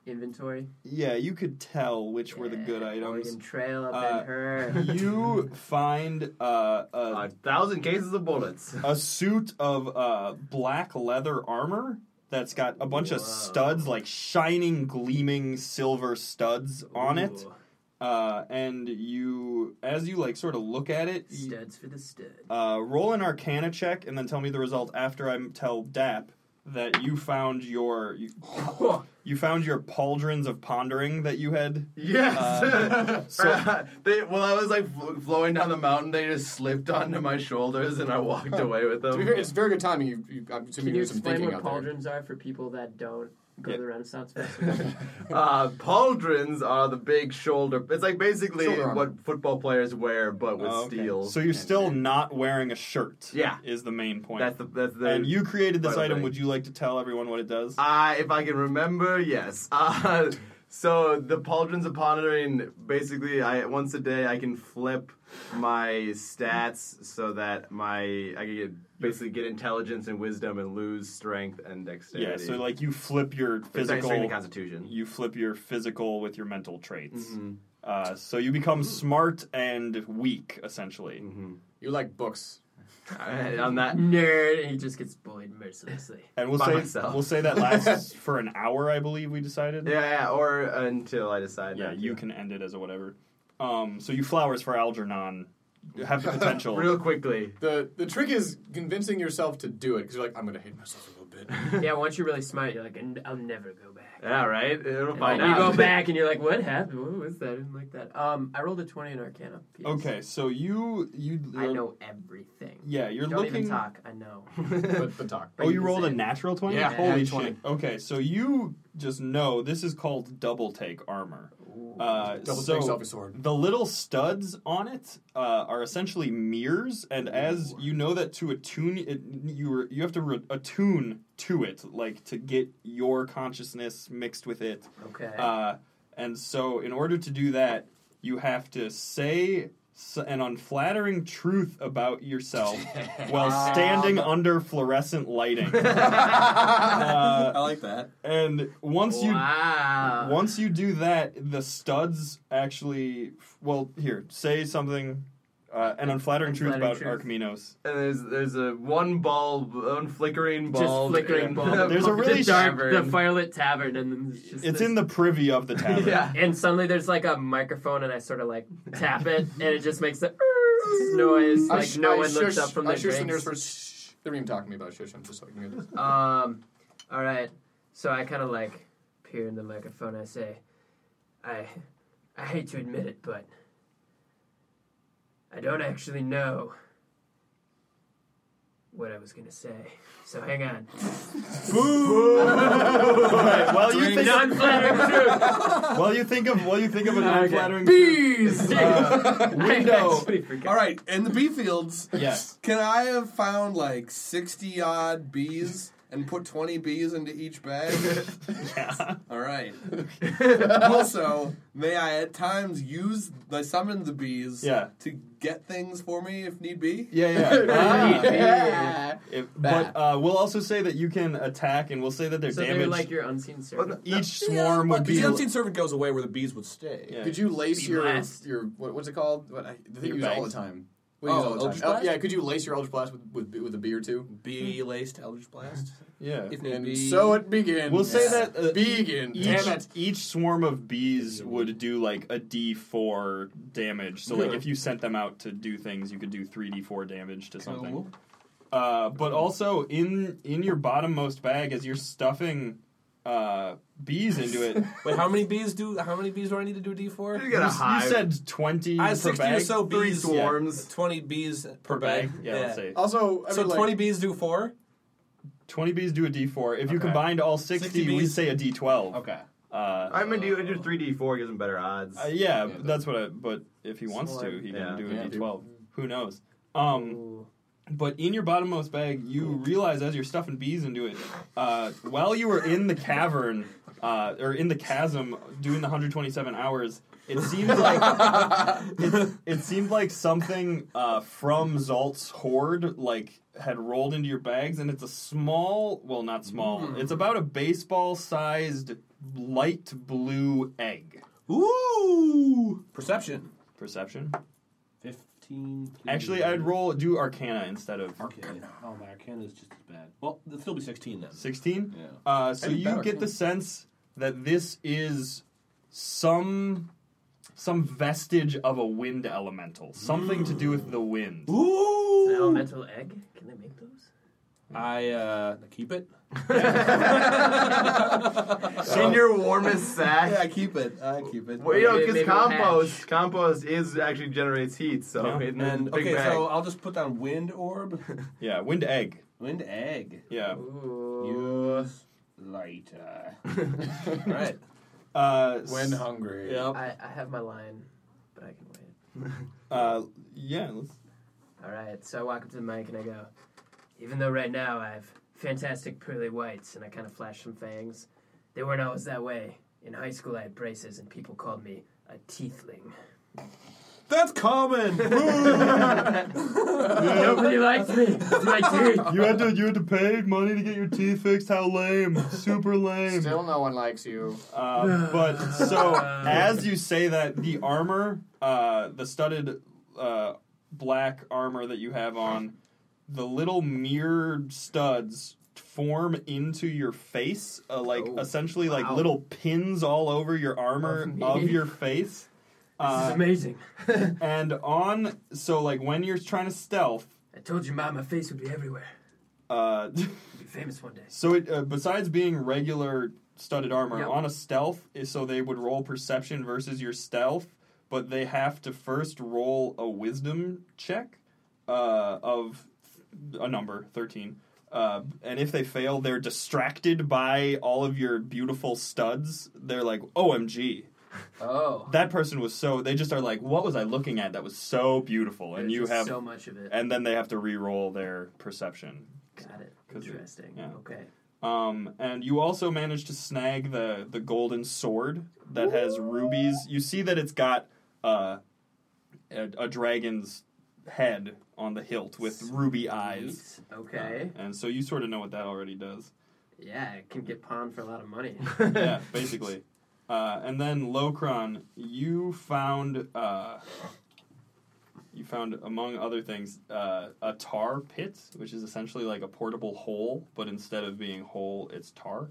C: Inventory.
A: Yeah, you could tell which were the good
C: Yeah,
A: items.
C: Oregon Trail up
A: Uh,
C: in her.
A: (laughs) you find uh,
D: A
A: a,
D: thousand cases
A: (laughs)
D: of bullets.
A: a suit of uh, black leather armor that's got a bunch of
C: Whoa.
A: studs, like shining, gleaming silver studs on it.
C: Ooh,
A: Uh, and you, as you like, sort of look at it, you-
C: (laughs) Studs for the stud.
A: Uh, roll an Arcana check and then tell me the result after I m- tell Dap that you found your you,
D: (laughs)
A: you found your pauldrons of pondering that you had.
D: Yes. (laughs)
A: Uh, so-
D: they, well, I was like fl- flowing down the mountain. They just slipped onto my shoulders, and
A: (laughs)
D: I walked away with
B: To
D: them.
B: be fair, it's very good timing. You, you, I'm
C: Can
B: assuming
C: you
B: you do some
C: explain
B: thinking
C: what
B: out there.
C: pauldrons are for people that don't go
A: Yeah.
C: to
A: (laughs)
C: the Renaissance Festival?
D: Uh, pauldrons are the big shoulder. It's like basically
B: Shoulder armor.
D: what football players wear, but with
A: Oh, okay.
D: steel.
A: So you're still not wearing a shirt.
D: Yeah.
A: is the main point.
D: that's the that's the.
A: and you created this
D: Vital
A: item.
D: thing.
A: Would you like to tell everyone what it does?
D: Uh, if I can remember, yes. (laughs) Uh, so the pauldrons of pondering. Basically, I once a day I can flip my stats so that my I can get, basically get intelligence and wisdom and lose strength and
A: yeah.
D: dexterity.
A: So like you flip your
D: It's actually in the
A: physical.
D: Constitution.
A: You flip your physical with your mental traits.
D: Mhm.
A: Uh, so you
D: Hmm.
A: become smart and weak, essentially.
D: Mm-hmm.
B: You like books.
D: (laughs) I- Uh, on that.
C: Nerd, and he just gets bullied
A: (laughs)
C: mercilessly.
A: And we'll
D: By
A: say
D: myself.
A: we'll say that
D: (laughs)
A: lasts for an hour, I believe we decided.
D: Yeah, yeah, or until I decide.
A: yeah,
D: not to.
A: you can end it as a whatever. Um, so you flowers for Algernon have
B: (laughs)
A: the potential.
D: real quickly.
B: The the trick is convincing yourself to do it because you're like, I'm gonna hate myself a little bit.
C: (laughs) yeah, once you're really smart, you're like, "N- I'll never go back.
D: Yeah, right. It'll
C: And
D: find
C: then you
D: out.
C: go back and you're like, what happened? What was that? I didn't like that. Um, I rolled a 20 in Arcana. P.S.
A: okay, so you you
C: I know everything.
A: Yeah, you're
C: Don't
A: looking.
C: even talk.
A: (laughs)
C: I know.
B: but, but talk.
A: Oh, you
C: Just
A: rolled a
C: say it.
A: natural twenty.
B: Yeah,
A: holy
B: nat
A: shit.
B: 20.
A: Okay, so you just know this is called double take armor. Uh,
B: Double
A: so
B: take selfie sword.
A: the little studs on it uh, are essentially mirrors, and as you know that to attune, it, you re- you have to re- attune to it, like to get your consciousness mixed with it.
C: Okay.
A: Uh, and so, in order to do that, you have to say s- an unflattering truth about yourself while standing under fluorescent lighting. Uh,
H: I like that.
A: and once you
C: wow.
A: once you do that, the studs actually. Well, here, say something. Uh, an unflattering, truth about
C: Unflattering
A: Archiminos.
D: (laughs) And there's there's a one bulb, one flickering
C: just
D: bulb.
C: flickering
D: (laughs) and-
A: (laughs)
C: bulb.
A: There's a really
C: the dark,
D: tavern.
C: the firelit tavern, and then it's just
A: It's
C: this-
A: in the privy of the tavern. (laughs)
D: (laughs) yeah.
C: And suddenly there's like a microphone, and I sort of like tap it, and it just makes the (laughs) noise.
B: I
C: Like
B: sh-
C: no
B: I
C: one looks
B: shush-
C: up from
B: I
C: their
B: shush the
C: drinks.
B: nearest person. Shh. They're even talking to me about shush. I'm just like, you know,
C: Um, all right. So I kind of like peer in the microphone. I say, I, I hate to admit it, but I don't actually know what I was gonna say. So hang on.
A: Right, while you think, of,
C: Non-flattering truth.
A: while you think of, while you think of an
C: Okay.
A: unflattering truth.
C: (laughs) Bees.
H: window.
C: Uh, I actually forgot.
H: All right, in the bee fields,
A: Yes.
H: can I have found like 60 odd bees and put 20 bees into each bag?
A: (laughs)
E: (laughs)
A: Yeah.
H: All
A: (laughs)
H: right. (laughs) also, may I at times use the summon the bees
A: Yeah.
H: to get things for me if need be?
A: Yeah, yeah.
H: Ah.
A: If- but uh, we'll also say that you can attack, and we'll say that they're
C: So they're
A: damaged.
C: like your unseen servant.
A: Each
H: Yeah,
A: swarm
H: but
A: would
H: The
A: be.
H: unseen servant goes away where the bees would stay.
A: Yeah.
B: Could you lace
C: Be
B: your
C: blast.
B: your what, what's it called? What, I, the thing
A: Your
B: you use all the
A: bangs.
B: time. What do you
H: Oh,
B: use all the
H: Eldritch
B: time?
H: Blast?
B: yeah, could you lace your Eldritch Blast with with, with a bee or two?
H: Bee laced Eldritch Blast.
A: yeah.
H: If need
B: And
H: be.
B: so it begins.
A: We'll say that, uh,
B: begin.
A: Each,
B: Damn it!
A: each swarm of bees would do like a d4 damage. So, like,
H: Good.
A: if you sent them out to do things, you could do 3d4 damage to something. Uh, but also in in your bottommost bag, as you're stuffing uh, bees into it,
F: Wait, how many bees do? How many bees do I need to do a D four?
D: You get a
A: you
D: hive.
A: said twenty
F: I
A: per
F: have sixty
A: bag.
F: or so
D: three
F: bees.
D: swarms.
F: Twenty bees per,
A: per bag. Yeah, let's say
B: Also, I
F: So
B: mean, like,
F: twenty bees do four.
A: 20 bees do a d4. If you
F: Okay.
A: combined all 60,
F: 60
A: we
F: bees?
A: say a d12.
F: Okay.
A: Uh,
G: I'm gonna do, I do 3d4, gives him better odds.
A: uh, yeah,
B: Yeah,
A: that's what I. But if he wants
C: Smart.
A: to, he
G: Yeah.
A: can do a
B: Yeah.
A: 12 Who knows? Um, but in your bottommost bag, you realize as you're stuffing bees into it, uh, while you were in the cavern, uh, or in the chasm doing the 127 hours, it seemed like it, it seemed like something uh, from Zalt's horde like had rolled into your bags, and it's a small, well, not small, it's about a baseball-sized light blue egg.
F: Ooh. Perception.
A: Perception.
F: Fifteen. please.
A: Actually, I'd roll do Arcana instead of
F: Okay. Oh my Arcana is just as bad. Well, it'll still be sixteen then.
A: 16.
F: Yeah.
A: Uh, so
B: That'd be
A: you
B: better,
A: get
B: yeah.
A: the sense that this is some some vestige of a wind elemental, something to do with the wind.
C: An
F: Ooh.
C: elemental egg? Can they make those?
F: I uh, keep it.
D: (laughs) in your warmest sack.
H: Yeah, I keep it. I keep it.
D: Well, you know,
C: Maybe-
D: because
C: maybe we'll
D: compost,
C: hatch.
D: compost is actually generates heat. So
A: Yeah.
D: in the
F: And
D: big
F: okay,
D: bag.
F: so I'll just put down wind orb,
A: Yeah, wind egg.
F: wind egg.
A: Yeah.
C: Ooh.
F: Use later. right.
A: Uh, s-
B: when hungry.
C: I, I have my line, but I can wait.
A: uh, yeah. let's-
C: All right, so I walk up to the mic and I go, even though right now I have fantastic pearly whites and I kind of flash some fangs, they weren't always that way. In high school, I had braces and people called me a
A: (laughs)
C: teethling.
F: That's common.
C: Nobody likes me.
A: (laughs)
C: It's my teeth.
A: You had to you had to pay money to get your teeth fixed. How lame! Super lame.
B: Still, no one likes you.
A: Uh,
C: (laughs)
A: but so as you say that, the armor, uh, the studded uh, black armor that you have on, the little mirrored studs form into your face, uh, like
C: Oh,
A: essentially like
C: wow.
A: little pins all over your armor
C: Of me.
A: of, your face.
C: (laughs) This is
A: Uh,
C: amazing.
A: and on, so like when you're trying to stealth,
C: I told you, Mom, my face would be everywhere.
A: uh, (laughs)
C: I'd be famous one day.
A: So it uh, besides being regular studded armor
C: Yep.
A: on a stealth, is- so they would roll perception versus your stealth, but they have to first roll a wisdom check uh, of a number thirteen. Uh, and if they fail, they're distracted by all of your beautiful studs. They're like, "OMG,
C: Oh.
A: that person was so." They just are like, "What was I looking at? That was so beautiful." And
C: There's
A: you
C: just
A: have,
C: so much of it.
A: and then they have to re-roll their perception.
C: Got it.
A: 'Cause it-
C: Interesting.
A: yeah.
C: Okay.
A: Um, and you also managed to snag the the golden sword that has rubies. You see that it's got uh, a, a dragon's head on the hilt with ruby eyes.
C: Okay.
A: And so you sort of know what that already does.
C: Yeah, it can get pawned for a lot of money.
A: (laughs)
D: (laughs)
A: yeah, basically. Uh, and then Locron, you found uh, you found among other things uh, a tar pit, which is essentially like a portable hole, but instead of being hole, it's tar.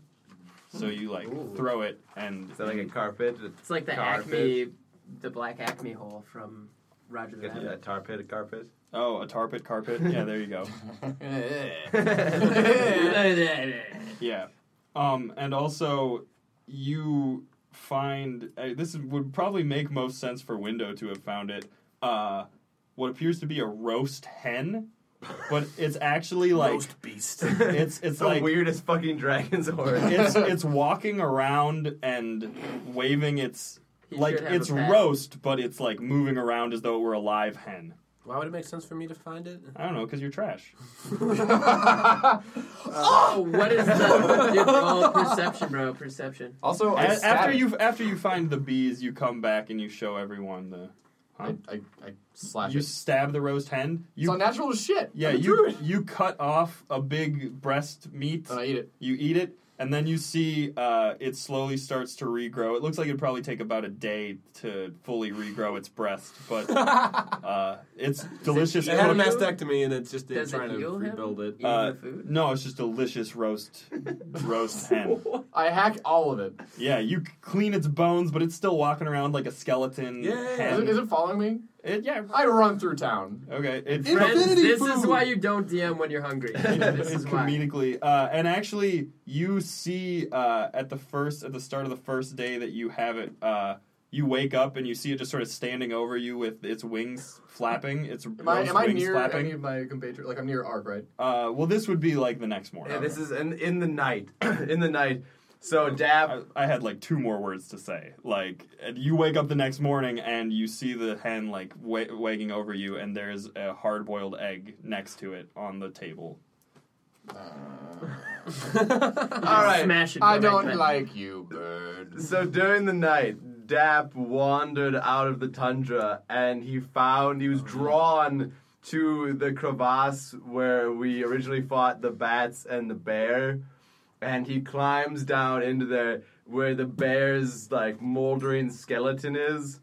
A: So you like throw it, and
D: Hmm. Is that like a carpet?
C: It's like the
D: Tar
C: Acme, the black Acme hole from Roger the
D: Get
C: Rabbit.
D: that tar pit, a
A: (laughs)
D: carpet.
A: oh, a tar pit
D: (laughs)
A: carpet. Yeah, there you go. Yeah. Um, and also, you find uh, this would probably make most sense for Window to have found it. Uh, what appears to be a roast hen, but it's actually like
H: Roast beast.
A: it's it's
D: (laughs) the
A: like
D: weirdest fucking dragon's (laughs) horn.
A: it's it's walking around and waving its
C: He
A: like
C: should have
A: it's
C: a pet.
A: roast, but it's like moving around as though it were a live hen.
F: Why would it make sense for me to find (laughs) it?
A: I don't know because you're trash.
C: Oh, what is the dude, oh, perception, bro? Perception.
B: (laughs) Also,
A: A-
B: I
A: after
B: stabbed-
A: you after you find the bees, you come back and you show everyone the
B: I, I, I slash
A: you
B: it.
A: stab the roast hen.
B: It's
A: You
B: unnatural as shit.
A: Yeah,
B: I'm a
A: you
B: druid.
A: you cut off a big breast meat.
B: And I eat it.
A: You eat it, and then you see uh, it slowly starts to regrow. It looks like it'd probably take about a day to fully regrow its breast, but
E: (laughs)
A: uh, it's delicious.
F: It had a
A: cooked-
F: mastectomy and it's just it's
C: Does it
F: trying to
C: heal him?
F: rebuild it.
C: (laughs) Eating
A: Uh,
C: the food.
A: no, it's just delicious roast roast hen.
B: I hack all of it.
A: Yeah, you c- clean its bones, but it's still walking around like a skeleton.
F: Yeah.
B: Is it,
A: hen.
B: is it following me?
A: It- yeah.
B: I run through town.
A: Okay. It,
H: Friends,
C: Friends,
H: Infinity
C: this is
H: food.
C: why you don't DM when you're hungry. (laughs)
A: it's
C: This is why.
A: comedically uh, and actually you see uh, at the first at the start of the first day that you have it uh, you wake up and you see it just sort of standing over you with its wings flapping its
B: Am I,
A: roast
B: am I
A: wings
B: near any
A: flapping
B: of my compatriots? Like, I'm near Ark, right?
A: uh, well this would be like the next morning
D: Yeah, this is in, in the night. (clears throat) in the night. So Dab,
A: I, I had like two more words to say like and you wake up the next morning and you see the hen like wa- wagging over you and there's a hard-boiled egg next to it on the table
D: all right.
C: Smash it.
B: Uh, I
C: bro,
B: don't
C: man.
B: like you, bird.
D: So during the night, Dap wandered out of the tundra and he found he was
A: Uh-huh.
D: drawn to the crevasse where we originally fought the bats and the bear. And he climbs down into there where the bear's like moldering skeleton is.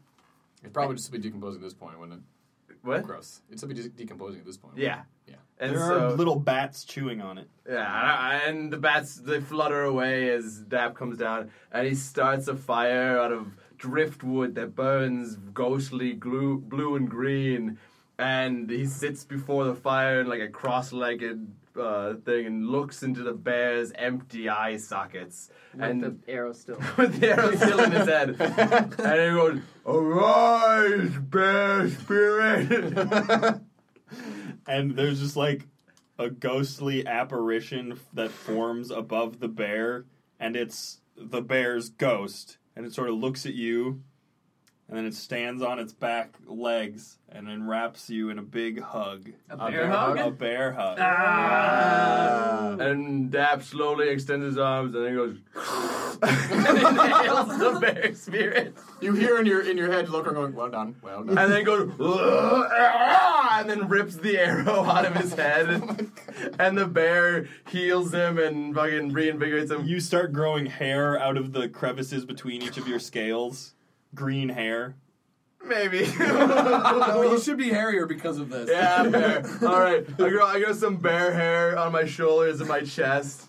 B: It'd probably just be decomposing at this point, wouldn't it?
D: What?
B: Gross. It'd still be de- decomposing at this point.
D: Yeah.
B: Yeah.
D: And
A: there
D: so,
A: are little bats chewing on it
D: Yeah, and the bats they flutter away as Dap comes down, and he starts a fire out of driftwood that burns ghostly glue, blue and green. And he sits before the fire in like a cross-legged uh, thing and looks into the bear's empty eye sockets,
C: With
D: and
C: the arrow still.
D: (laughs) with the arrow still in
C: (laughs)
D: his head, and he goes, "Arise,
C: (laughs)
D: bear spirit!"
A: and there's just like a ghostly apparition f- that forms above the bear, and it's the bear's ghost, and it sort of looks at you, and then it stands on its back legs and then wraps you in a big hug,
C: A
B: bear
C: bear
B: hug?
A: a
C: hug.
A: bear hug.
D: Uh.
C: Ah.
D: And Dap slowly extends his arms and he goes. and inhales the bear spirit.
B: (laughs) You hear in your in your head, Loker going, well done, well done.
D: And then goes. And then rips the arrow out of his head. and the bear heals him and fucking reinvigorates him.
A: You start growing hair out of the crevices between each of your scales, green hair.
D: Maybe. (laughs)
H: no, you should be hairier because of this.
D: yeah, bear.
F: (laughs)
D: Alright. I grow, I grow some bear hair on my shoulders and my chest.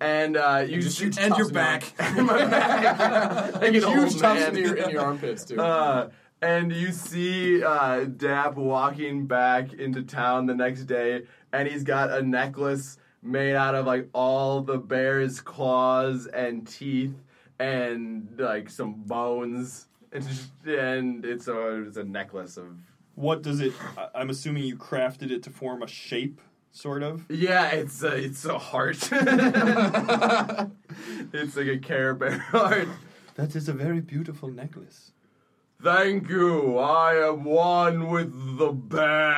D: And uh, you
H: Just
D: shoot
H: and your
B: Tops
E: (laughs)
H: back.
D: in my back. like an old
B: Huge tufts
D: man.
B: in your, in your armpits, too.
D: (laughs) Uh, and you see uh, Dap walking back into town the next day, and he's got a necklace made out of like all the bear's claws and teeth, and like some bones, and, and it's a it's a necklace of
A: What does it? I- I'm assuming you crafted it to form a shape, sort of.
D: yeah, it's a it's a heart. (laughs) it's like a Care Bear heart.
A: That is a very beautiful necklace.
D: Thank you. I am one with the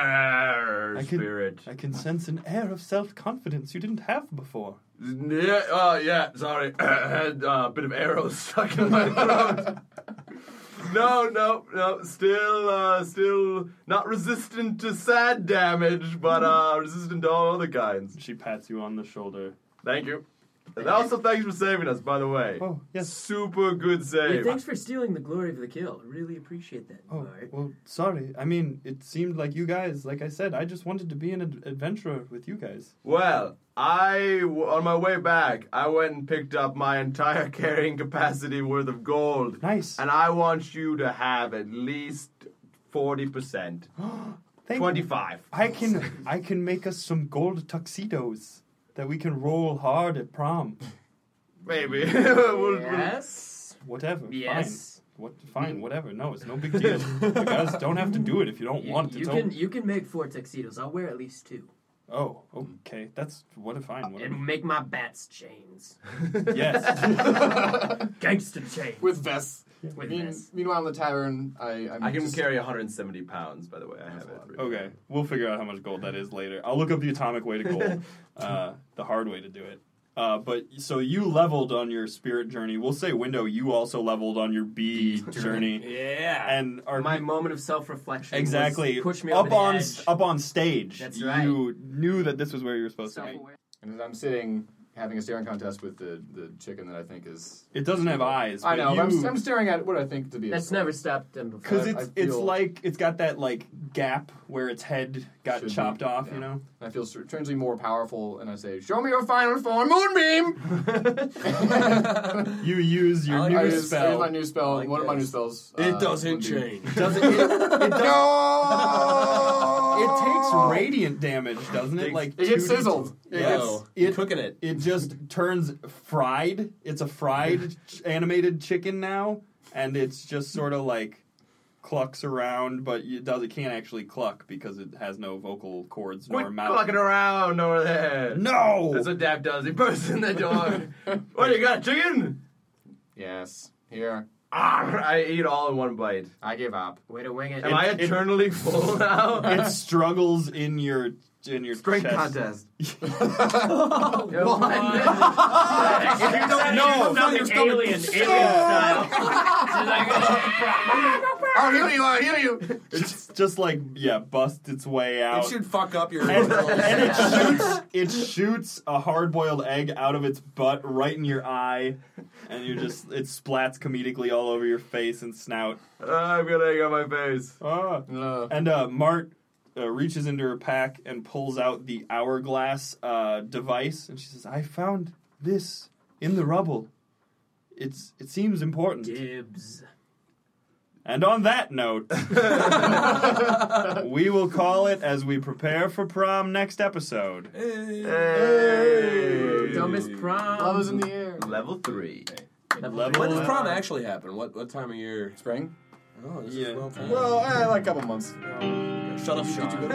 D: bear
A: I can-
D: spirit.
A: I can sense an air of self confidence you didn't have before.
D: Yeah, (coughs) (laughs) uh, yeah, sorry. I had a bit of arrows stuck in my throat. no, no, no. Still, uh, still not resistant to sad damage, but uh, resistant to all other kinds.
A: She pats you on the shoulder.
D: Thank you. And also, thanks for saving us, by the way.
A: Oh, yes.
D: Super good
C: Hey,
D: save.
C: thanks for stealing the glory of the kill. Really appreciate that.
A: Oh,
C: Bart.
A: well, sorry. I mean, it seemed like you guys, like I said, I just wanted to be an ad- adventurer with you guys.
D: Well, I w- on my way back, I went and picked up my entire (laughs) carrying capacity worth of gold,
A: Nice.
D: and I want you to have at least forty percent,
A: Thank you.
D: twenty-five.
A: I can I can make us some gold tuxedos that we can roll hard at prom. (laughs)
D: Maybe. We'll- we'll-
C: Yes.
A: Whatever.
C: Yes.
A: Fine. What fine, whatever. No, it's no big deal. you guys don't have to do it if you don't
C: You,
A: want to.
C: you
A: Don't-
C: can you can make four tuxedos. I'll wear at least two
A: Oh, okay. That's what a fine. Whatever.
C: (laughs) and make my
A: (laughs)
C: bats chains,
A: yes.
C: gangster
B: (laughs)
C: chains.
B: with vests.
C: With
B: Mean-
C: vests.
B: Meanwhile, in the tavern, I I'm
D: I can
B: just-
D: carry 170 pounds, by the way. I have it.
A: Okay. We'll figure out how much gold that is later. I'll look up the atomic way to gold, uh, the hard way to do it. Uh, but so you leveled on your spirit journey. We'll say window. You also leveled on your B journey,
F: Yeah.
A: and are
C: My moment of self reflection.
A: exactly
C: Push me
A: up
C: over the
A: on
C: edge.
A: up on stage.
C: That's
A: You
C: right.
A: knew that this was where you were supposed to be.
C: Self-aware.
B: and as I'm sitting having a staring contest with the, the chicken that I think is.
A: It doesn't have eyes.
B: I
A: but
B: know. but I'm,
A: you-
B: I'm staring at what I think to be. a
C: That's
B: sword.
C: never stopped them before.
A: Because
B: I-
A: it's
B: I
A: it's
B: feel-
A: like it's got that like gap where its head got
B: Should be,
A: chopped off,
B: yeah.
A: you know.
B: I feel str- strangely more powerful, and I say, "Show me your final form, Moonbeam."
E: Uh,
A: You use your
H: I like
A: new
B: I
H: this.
B: use, I use
A: spell.
B: my new spell.
H: like
B: one of my new
H: this.
B: spells.
H: It
B: uh,
H: doesn't
B: Moonbeam.
H: change.
E: (laughs)
A: Does it? It,
H: (laughs)
A: it does, it takes
B: Oh.
A: radiant damage, doesn't it? Like
B: It gets
A: 2d2.
B: sizzled. It
A: Yes.
H: Yo,
A: It-
H: you're cooking it.
A: It just turns fried. It's a fried ch- animated chicken now, and it's just sort of like clucks around, but it does. It can't actually cluck because it has no vocal cords nor
D: Quit
A: mouth.
D: clucking around over there.
A: No.
D: That's what Dap does. He bursts in the
A: (laughs)
D: door. what, you got chicken?
B: Yes. Here,
D: Arr, I eat all in one bite.
B: I give up.
C: Way to wing it.
D: Am I eternally full
A: (laughs)
D: now?
A: it struggles in your in your
G: Strength
A: chest.
G: contest.
A: No,
C: Something alien, alien style. She's like,
B: I'll heal Oh, you. I'll heal you.
A: it's just like yeah, busts its way out.
H: It should fuck up your.
E: (laughs)
A: and, and (laughs) it shoots it shoots a hard boiled egg out of its butt right in your eye, and you just it splats comedically all over your face and snout.
D: I've got egg on my face.
A: Ah.
B: (laughs) No.
A: And uh, Mart uh, reaches into her pack and pulls out the hourglass uh, device, and she says, "I found this in the rubble. It's it seems important."
C: (laughs) Dibs.
A: And on that note, we will call it as we prepare for prom next episode.
D: Hey.
C: Dumbest
B: Love
C: prom.
B: is in the air.
D: Level three.
A: Level
H: When does
A: up.
H: prom actually happen? What what time of year?
B: Spring.
H: Oh, this
A: Yeah.
H: is well.
B: Well, eh, like a couple months.
H: Shut up, shop.